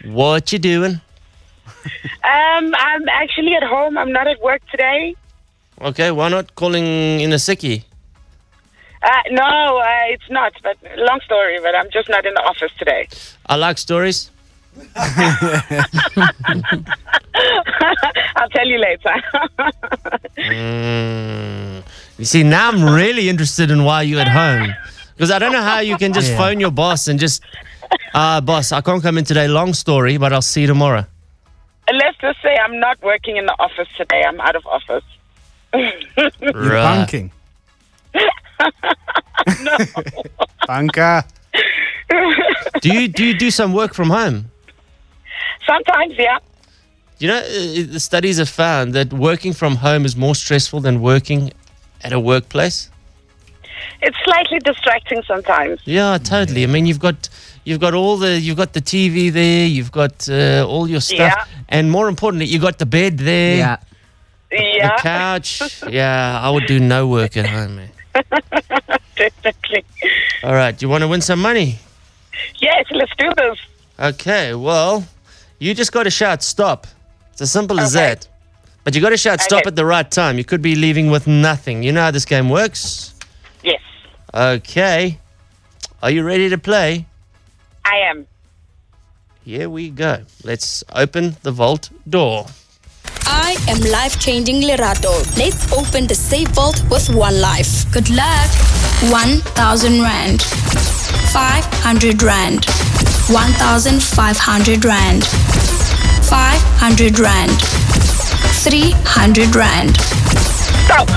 What you doing?
Um, I'm actually at home. I'm not at work today.
Okay, why not calling in a sickie?
Uh, no, uh, it's not. But long story. But I'm just not in the office today.
I like stories.
I'll tell you later.
Mm. You see, now I'm really interested in why you're at home. Because I don't know how you can just
Yeah.
phone your boss and just, uh, boss, I can't come in today. Long story, but I'll see you tomorrow.
Let's just say I'm not working in the office today. I'm out of office.
You're
Right.
bunking. Bunker.
do you do you do some work from home?
Sometimes, yeah.
You know, uh, the studies have found that working from home is more stressful than working at a workplace.
It's slightly distracting sometimes.
Yeah, totally. I mean, you've got you've got all the you've got the TV there, you've got uh, all your stuff,
Yeah.
and more importantly, you got the bed there.
Yeah.
The
Yeah.
couch. yeah, I would do no work at home. Man.
Definitely.
All right, you want to win some money?
Yes, let's do this.
Okay, well, you just got to shout stop. It's as simple as that. But you got to shout stop at the right time. You could be leaving with nothing. You know how this game works?
Yes.
Okay. Are you ready to play?
I am.
Here we go. Let's open the vault door.
I am life changing Lerato. Let's open the safe vault with one life. Good luck. 1000 Rand. 500 Rand. 1500 Rand. 500 Rand. 300 Rand. Stop.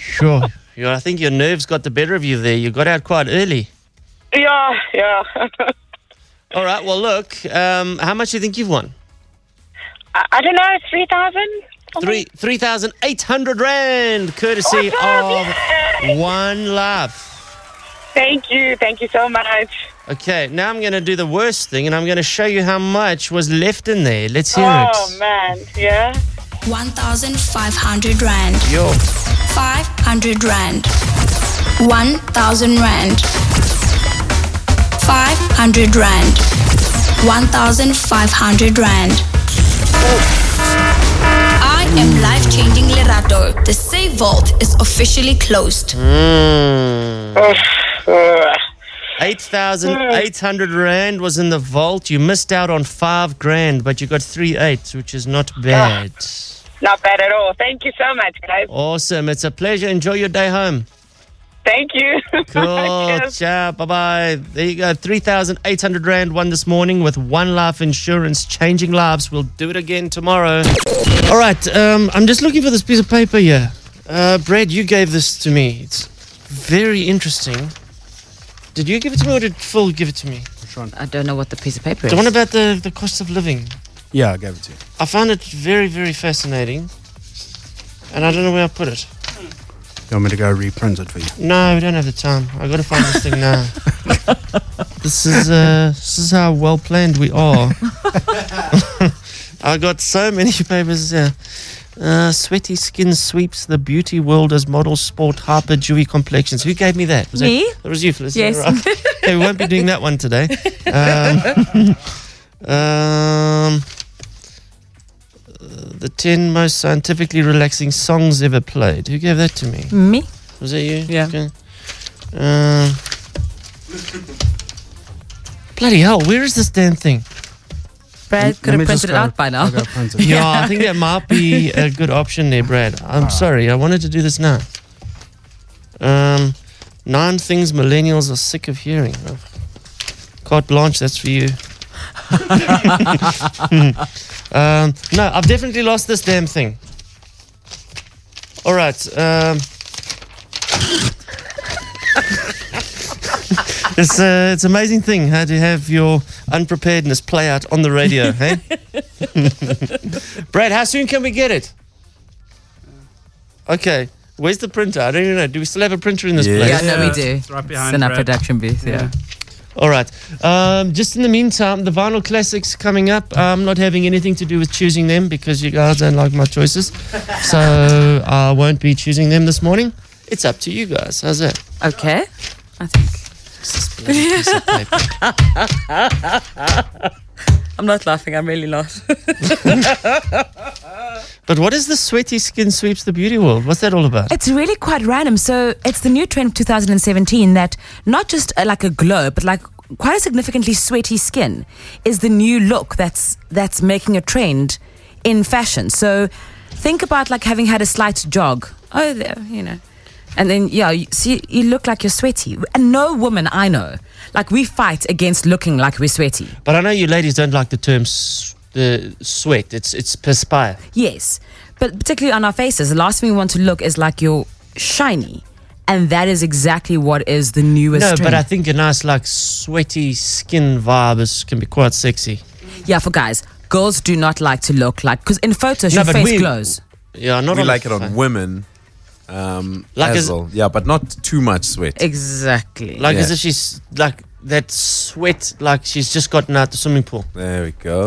Sure. you I think your nerves got the better of you there. You got out quite early.
Yeah, yeah.
All right. Well, look. Um, how much do you think you've won?
I, I don't know. Three thousand.
Three three thousand eight hundred rand, courtesy of One Love.
Thank you. Thank you so much.
Okay. Now I'm going to do the worst thing, and I'm going to show you how much was left in there. Let's hear
Oh man, yeah.
1500 Rand.
it. Yo.
500 Rand. 1000 Rand. 500 Rand. 1500 Rand. I am life changing Lerato. The save vault is officially closed.
Oh.
Mm. Eight thousand eight hundred rand was in the vault. You missed out on five grand, but you got three eights, which is not bad.
Ah, Not bad at all. Thank you so much, guys.
Awesome. It's a pleasure. Enjoy your day home.
Thank you.
Cool. Ciao. Bye bye. There you go. 3,800 Rand won this morning with One Life Insurance, changing lives. We'll do it again tomorrow. All right. Um, I'm just looking for this piece of paper here. Uh, Brad, you gave this to me. It's very interesting. Did you give it to me or did Phil give it to me? Which one?
I don't know what the piece of paper is.
The one about the, the cost of living.
Yeah, I gave it to you.
I found it very, very fascinating. And I don't know where I put it.
You want me to go reprint it for you?
No, we don't have the time. I gotta find this thing now. this is uh, this is how well planned we are. I got so many papers here. Uh, sweaty skin sweeps the beauty world as models sport hyper dewy complexions. Who gave me that? Was
Me?
That, that was you, Felicity.
Yes.
right. okay, we won't be doing that one today. Um, um, uh, the 10 most scientifically relaxing songs ever played. Who gave that to me?
Me?
Was that you?
Yeah.
Okay. Um, bloody hell, where is this damn thing?
Brad
Let
could
me
have
just
printed it
go-
out by now.
I'll go Yeah, I think that might be a good option there, Brad. I'm sorry, I wanted to do this now. Um, nine things millennials are sick of hearing. Oh. Carte blanche, that's for you. Hmm. um, no, I've definitely lost this damn thing. All right. Um, it's uh, it's an amazing thing how to have your unpreparedness play out on the radio, hey? Brad, how soon can we get it? Okay. Where's the printer? I don't even know. Do we still have a printer in this
Yeah.
place?
Yeah, no, we Yeah, do. it's right behind It's in our Brad. production booth, yeah.
All right. Um, just in the meantime, the vinyl classics coming up. I'm not having anything to do with choosing them because you guys don't like my choices. So I won't be choosing them this morning. It's up to you guys. How's that?
Okay. I think. I'm not laughing. I'm really not.
But what is the sweaty skin sweeps the beauty world? What's that all about?
It's really quite random. So it's the new trend of 2017 that not just uh, like a glow, but like quite a significantly sweaty skin is the new look that's that's making a trend in fashion. So think about like having had a slight jog. Oh, there, you know. And then yeah, you see, you look like you're sweaty. And no woman I know, like we fight against looking like we're sweaty.
But I know you ladies don't like the term s- the sweat. It's it's perspire.
Yes, but particularly on our faces, the last thing we want to look is like you're shiny, and that is exactly what is the newest.
no, but
trend.
I think a nice like sweaty skin vibe is, can be quite sexy.
yeah, for guys, girls do not like to look like because in photos
No,
your
but
face
we-
glows.
Yeah, not
we
on the
like it on
phone.
women. Um,
Like
as
is-
well. Yeah, but not too much sweat.
Exactly.
Like as if she's like that sweat, like she's just gotten out the swimming pool.
There we go.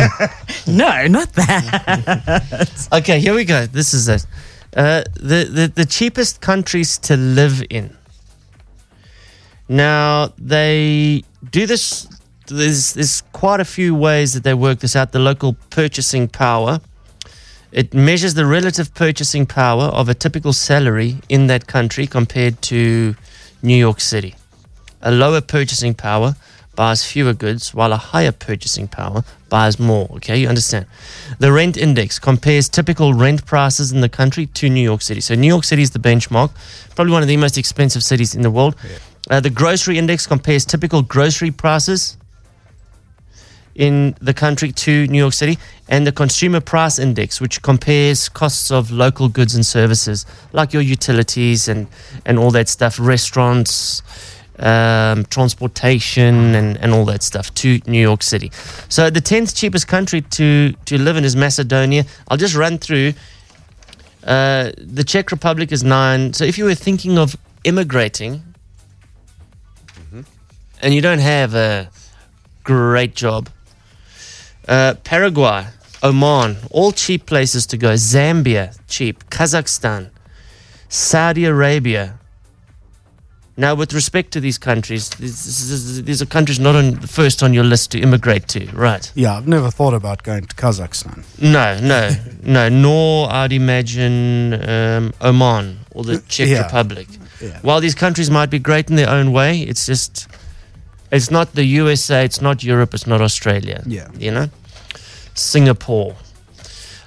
no, not that.
okay, here we go. This is it. Uh, the, the the cheapest countries to live in. Now they do this. There's there's quite a few ways that they work this out. The local purchasing power. It measures the relative purchasing power of a typical salary in that country compared to New York City. A lower purchasing power buys fewer goods, while a higher purchasing power buys more. Okay, you understand? The rent index compares typical rent prices in the country to New York City. So, New York City is the benchmark, probably one of the most expensive cities in the world. Uh, the grocery index compares typical grocery prices in the country to New York City, and the Consumer Price Index, which compares costs of local goods and services, like your utilities and, and all that stuff, restaurants, um, transportation, and, and all that stuff, to New York City. So the 10th cheapest country to, to live in is Macedonia. I'll just run through. Uh, the Czech Republic is nine. So if you were thinking of immigrating, and you don't have a great job. Uh, Paraguay, Oman, all cheap places to go. Zambia, cheap. Kazakhstan, Saudi Arabia. Now, with respect to these countries, this- this- this- these are countries not on first on your list to immigrate to, right?
Yeah, I've never thought about going to Kazakhstan.
No, no, no. Nor I'd imagine um, Oman or the Czech
Yeah.
Republic. While these countries might be great in their own way, it's just it's not the USA, it's not Europe, it's not Australia. Yeah, you know, Singapore,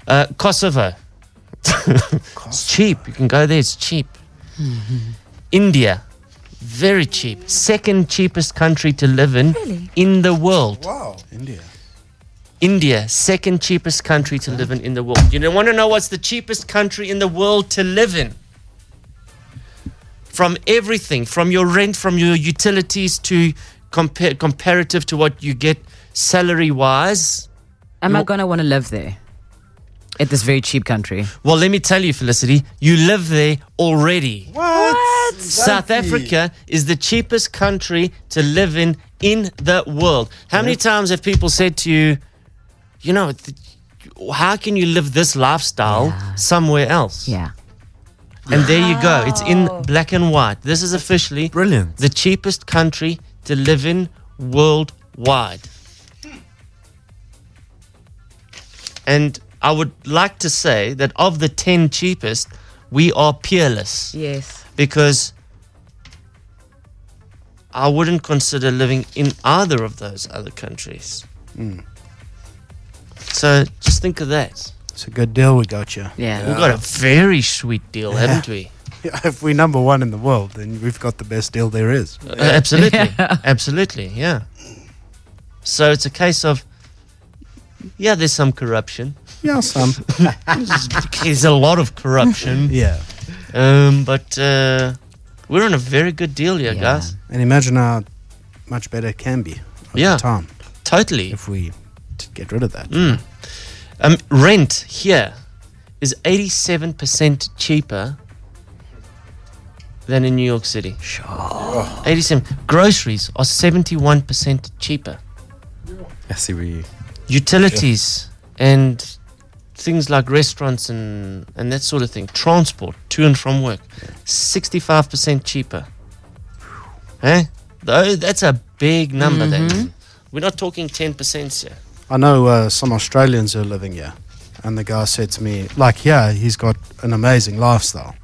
uh, Kosovo. it's cheap. You can go there. It's cheap. India, very cheap. Second cheapest country to live in in the world.
Wow, India.
India, second cheapest country to live in in the world. You don't want to know what's the cheapest country in the world to live in? From everything, from your rent, from your utilities to compare comparative to what you get salary wise.
Am I
You're-
gonna want to live there? At this very cheap country.
Well, let me tell you, Felicity, you live there already.
What?
South Africa is the cheapest country to live in in the world. How many times have people said to you, you know, th- how can you live this lifestyle somewhere else?
Yeah.
And there you go. It's in black and white. This is officially
brilliant.
The cheapest country to live in worldwide. And I would like to say that of the 10 cheapest, we are peerless
Yes.
because
Mm.
I wouldn't consider living in either of those other countries. So just think of that.
It's a good deal we got you.
Yeah. We've got a very sweet deal,
Yeah.
haven't we?
If we're number one in the world, then we've got the best deal there is.
Uh, absolutely. Absolutely, yeah. So it's a case of, yeah, there's some corruption.
Yeah, some.
there's a lot of corruption.
Yeah.
Um, but uh, we're on a very good deal here, guys.
And imagine how much better it can be over
Yeah.
time.
Totally.
If we t- get rid of that.
Mm. Um, rent here is 87% cheaper than in New York City. Sure. 87. Groceries are 71% cheaper.
I see where you.
Utilities and things like restaurants and, and that sort of thing. Transport to and from work, 65% cheaper. Eh? Though that's a big number. That we're not talking 10% here.
I know uh, some Australians who are living here, and the guy said to me, like, yeah, he's got an amazing lifestyle.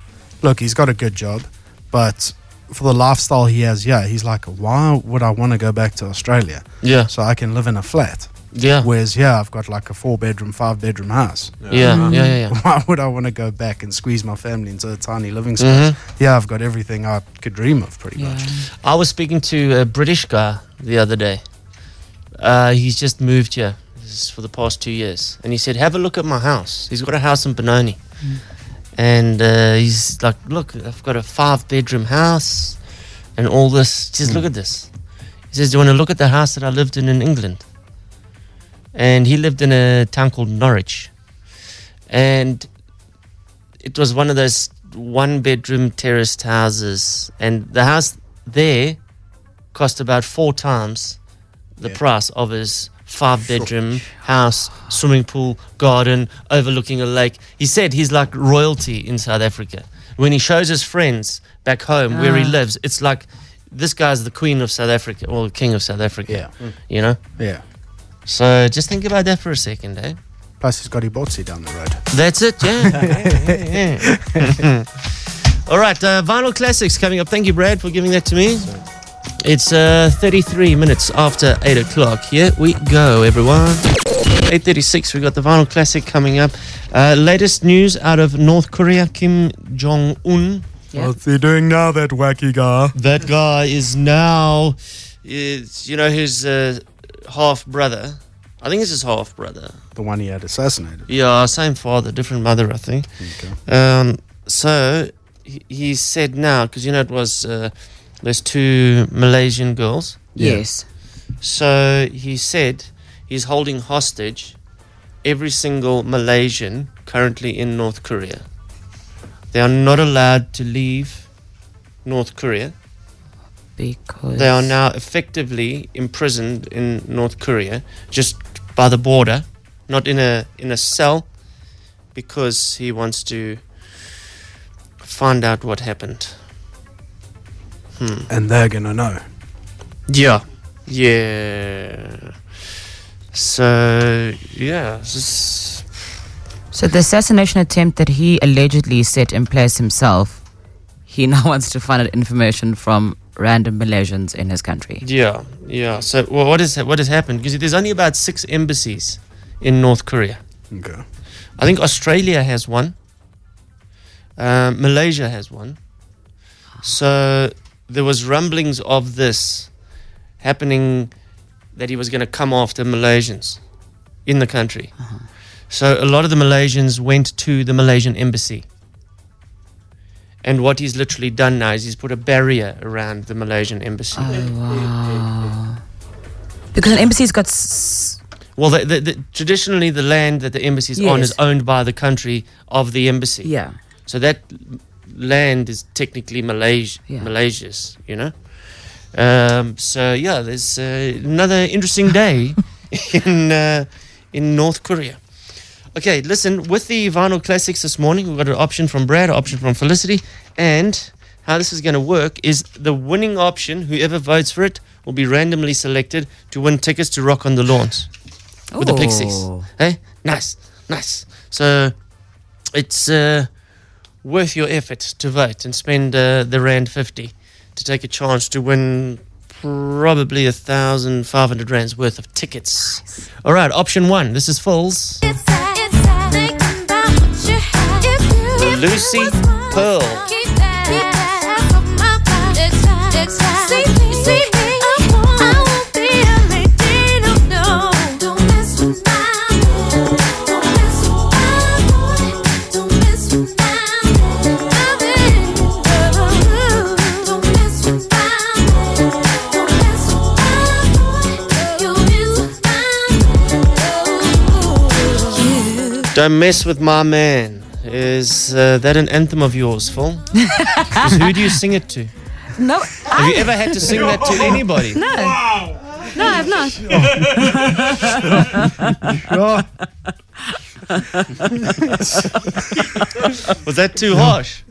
Look, he's got a good job, but for the lifestyle he has, yeah, he's like, why would I want to go back to Australia?
Yeah.
So I can live in a flat.
Yeah.
Whereas here, I've got like a four bedroom, five bedroom house. Mm-hmm.
Yeah. Yeah, Mhm. yeah, yeah, yeah.
Why would I want to go back and squeeze my family into a tiny living
Mhm.
space? Yeah, I've got everything I could dream of, pretty much.
I was speaking to a British guy the other day. Uh, he's just moved here This is for the past two years. And he said, Have a look at my house. He's got a house in Benoni. And uh, he's like, Look, I've got a five bedroom house and all this. He says, Look at this. He says, Do you want to look at the house that I lived in in England? And he lived in a town called Norwich. And it was one of those one bedroom terraced houses and the house there cost about four times the price of his five bedroom house swimming pool garden overlooking a lake he said he's like royalty in south africa when he shows his friends back home where he
Ah.
lives it's like this guy's the queen of south africa or the king of south africa
Yeah. Mm.
you know
Yeah.
so just think about that for a second eh
Plus, he's got Ibotsi down the road.
that's it, yeah. yeah, yeah. All right, uh, Vinyl Classics coming up. Thank you, Brad, for giving that to me. It's uh, 33 minutes after 8 o'clock. Here we go, everyone. 8.36, we got the Vinyl Classic coming up. Uh, latest news out of North Korea, Kim Jong-un.
What's he doing now, that wacky guy?
That guy is now, is, you know, his uh, half-brother. I think it's his half-brother.
The one he had assassinated.
Yeah, same father, different mother, I think. Um, so he, he said now, because you know it was uh, those two Malaysian girls.
Yeah. Yes.
So he said he's holding hostage every single Malaysian currently in North Korea. They are not allowed to leave North Korea.
Because
They are now effectively imprisoned in North Korea, just by the border, not in a in a cell, because he wants to find out what happened. Hmm.
And they're going to know.
Yeah. Yeah. So yeah, this is-
So the assassination attempt that he allegedly set in place himself, he now wants to find out information from random Malaysians in his country.
yeah, yeah. So well, what is what has happened? Because there's only about six embassies in North Korea.
Okay.
I think Australia has one. Uh, Malaysia has one. So there was rumblings of this happening that he was going to come after Malaysians in the country. So a lot of the Malaysians went to the Malaysian embassy. And what he's literally done now is he's put a barrier around the Malaysian embassy.
Oh, Because an embassy's got. S-
Well, the, the, the, traditionally, the land that the embassy is on
Yes.
is owned by the country of the embassy.
Yeah.
So that l- land is technically Malaysia,
Yeah.
Malaysia's, you know? Um, so, yeah, there's uh, another interesting day in, uh, in North Korea. Okay, listen, with the vinyl classics this morning, we've got an option from Brad, an option from Felicity, and how this is going to work is the winning option, whoever votes for it, will be randomly selected to win tickets to Rock on the Lawns with the Pixies.
Ooh.
Hey, nice, nice. So it's uh, worth your effort to vote and spend uh, the Rand 50 to take a chance to win probably a thousand five hundred rands worth of tickets. All right, option one. This is Phil's Lucy Pearl. Don't mess with my man. Is uh, that an anthem of yours, Phil? 'Cause who do you sing it to?
No.
Have you ever had to sing that to anybody?
No. No, I've not.
was that too harsh?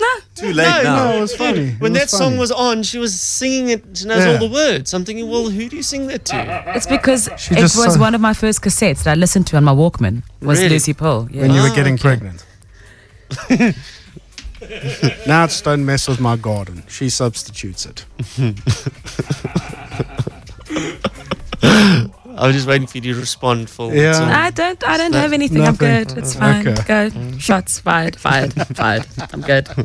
No.
Too late
now.
No, it was funny. It
When
was
that song
funny.
was on, she was singing it. She knows
Yeah.
all the words. I'm thinking, well, who do you sing that to?
It's because
She
it was
just saw-
one of my first cassettes that I listened to on my Walkman. Was
Really? Ah,
Lucy Pearl. Yeah.
When you were getting pregnant. now it's Don't Mess With My Garden. She substitutes it.
I was just waiting for you to respond, Phil. That's all.
I don't. I don't
That-
have anything. I'm
Nothing.
good. It's fine.
Okay.
Go. Shots fired. Fired. fired. I'm good.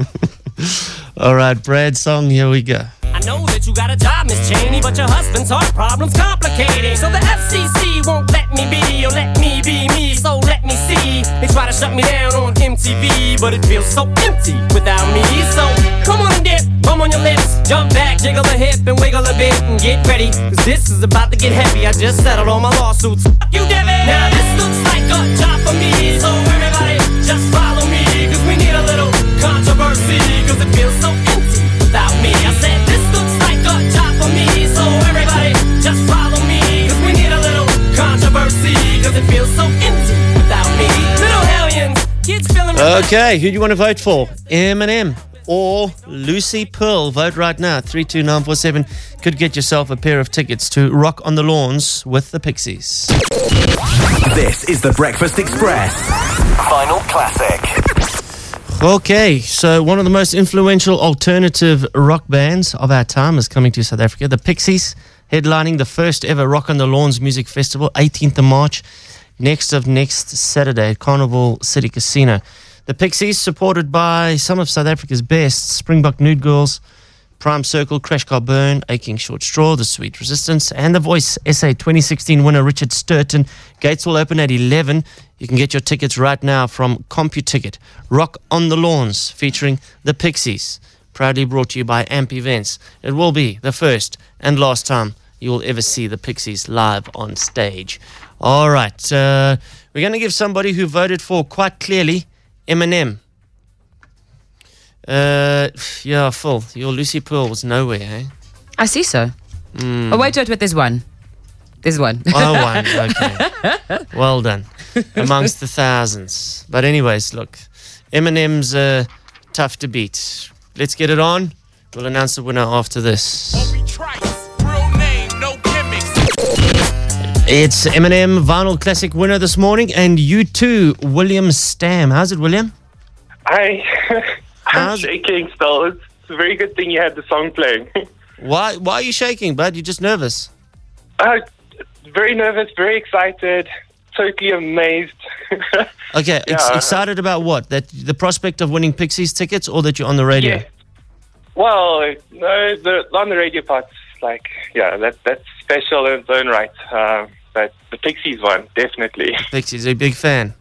All right, Brad song, here we go.
I know that you got a job, Miss Cheney, but your husband's heart problem's complicated. So the FCC won't let me be, or let me be me, so let me see. They try to shut me down on MTV, but it feels so empty without me. So come on and dip, bum on your lips, jump back, jiggle a hip, and wiggle a bit, and get ready, 'cause this is about to get heavy. I just settled all my lawsuits. F- You, Devin! Now this looks like a job for me, so everybody just follow me, 'cause we need a little controversy, 'cause it feels so empty without me. I said this looks like a job for me, so everybody just follow me. 'Cause we need a little controversy, 'cause it feels so empty without me. Little hellions, kids feeling
Okay, who do you want to vote for? Eminem or Lucy Pearl? Vote right now. 32947 could get yourself a pair of tickets to Rock on the Lawns with the Pixies.
This is the Breakfast Express. Final classic.
Okay, so one of the most influential alternative rock bands of our time is coming to South Africa. The Pixies, headlining the first ever Rock on the Lawns Music Festival, 18th of March, next of next Saturday at Carnival City Casino. The Pixies, supported by some of South Africa's best Springbok Nude Girls, Prime Circle, Crash Car Burn, Aching Short Straw, The Sweet Resistance, and The Voice SA 2016 winner Richard Sturton. Gates will open at 11. You can get your tickets right now from CompuTicket. Rock on the Lawns featuring The Pixies. Proudly brought to you by Amp Events. It will be the first and last time you will ever see The Pixies live on stage. All right. Uh, we're going to give somebody who voted for quite clearly Eminem. Uh, yeah, full. Your Lucy Pearl was nowhere, eh?
I see so.
Mm.
Oh wait, wait, wait. There's one. There's one.
Oh, one. Okay. well done. Amongst the thousands. But, anyways, look, Eminem's uh, tough to beat. Let's get it on. We'll announce the winner after this. It's Eminem Vinyl Classic winner this morning, and you too, William Stam. How's it, William?
I, I'm shaking still. It's a very good thing you had the song playing.
Why, why are you shaking, bud? You're just nervous.
Uh, very nervous, very excited, totally amazed.
Okay, ex-
Yeah.
excited about what? That the prospect of winning Pixies tickets, or that you're on the radio?
Well, no, the, on the radio part's like, yeah, that that's special in its own right. Uh, but the Pixies one, definitely.
Pixies, a big fan.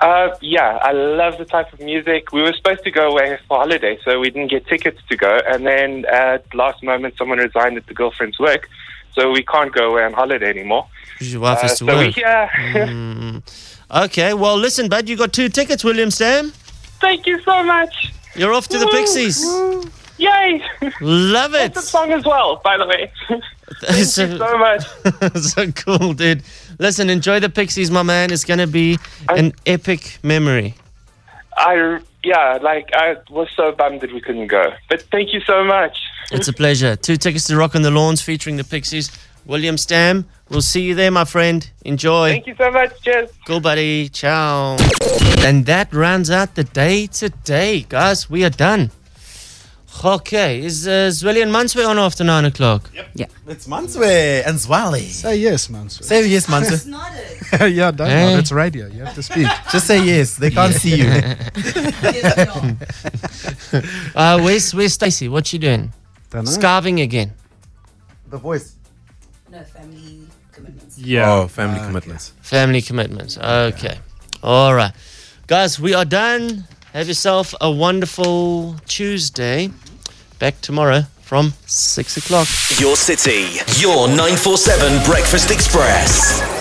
Uh, yeah, I love the type of music. We were supposed to go away for holiday, so we didn't get tickets to go. And then at last moment, someone resigned at the girlfriend's work, so we can't go away on holiday anymore.
Because your wife
Uh,
has to
so we
work.
here.
Okay, well, listen, bud, you got two tickets, William Sam.
Thank you so much.
You're off to the
Woo,
Pixies.
woo. Yay!
Love it.
That's a song as well, by the way.
Thank so, you so
much.
so cool, dude. Listen, enjoy the Pixies, my man. It's going to be an epic memory.
I yeah, like I was so bummed that we couldn't go, but thank you so much.
It's a pleasure. Two tickets to Rock on the Lawns featuring the Pixies. William Stam, we'll see you there, my friend. Enjoy.
Thank you so much. Cheers.
Cool, buddy. Ciao. And that rounds out the day today, guys. We are done. Okay, is uh, Zweli and Manswe on after nine o'clock? Yep.
Yeah.
It's Manswe and Zwali.
Say yes, Manswe.
Say yes, Manswe. It's
yeah, don't.
Hey.
Eh?
It's radio. You have to speak.
Just say yes. They can't see you.
Uh, where's where's Stacy? What's she doing?
know.
Scarving again.
the voice.
Yeah.
Oh, family commitments.
Family commitments. Okay. All right. Guys, we are done. Have yourself a wonderful Tuesday. Back tomorrow from six o'clock.
Your city, your 947 Breakfast Express.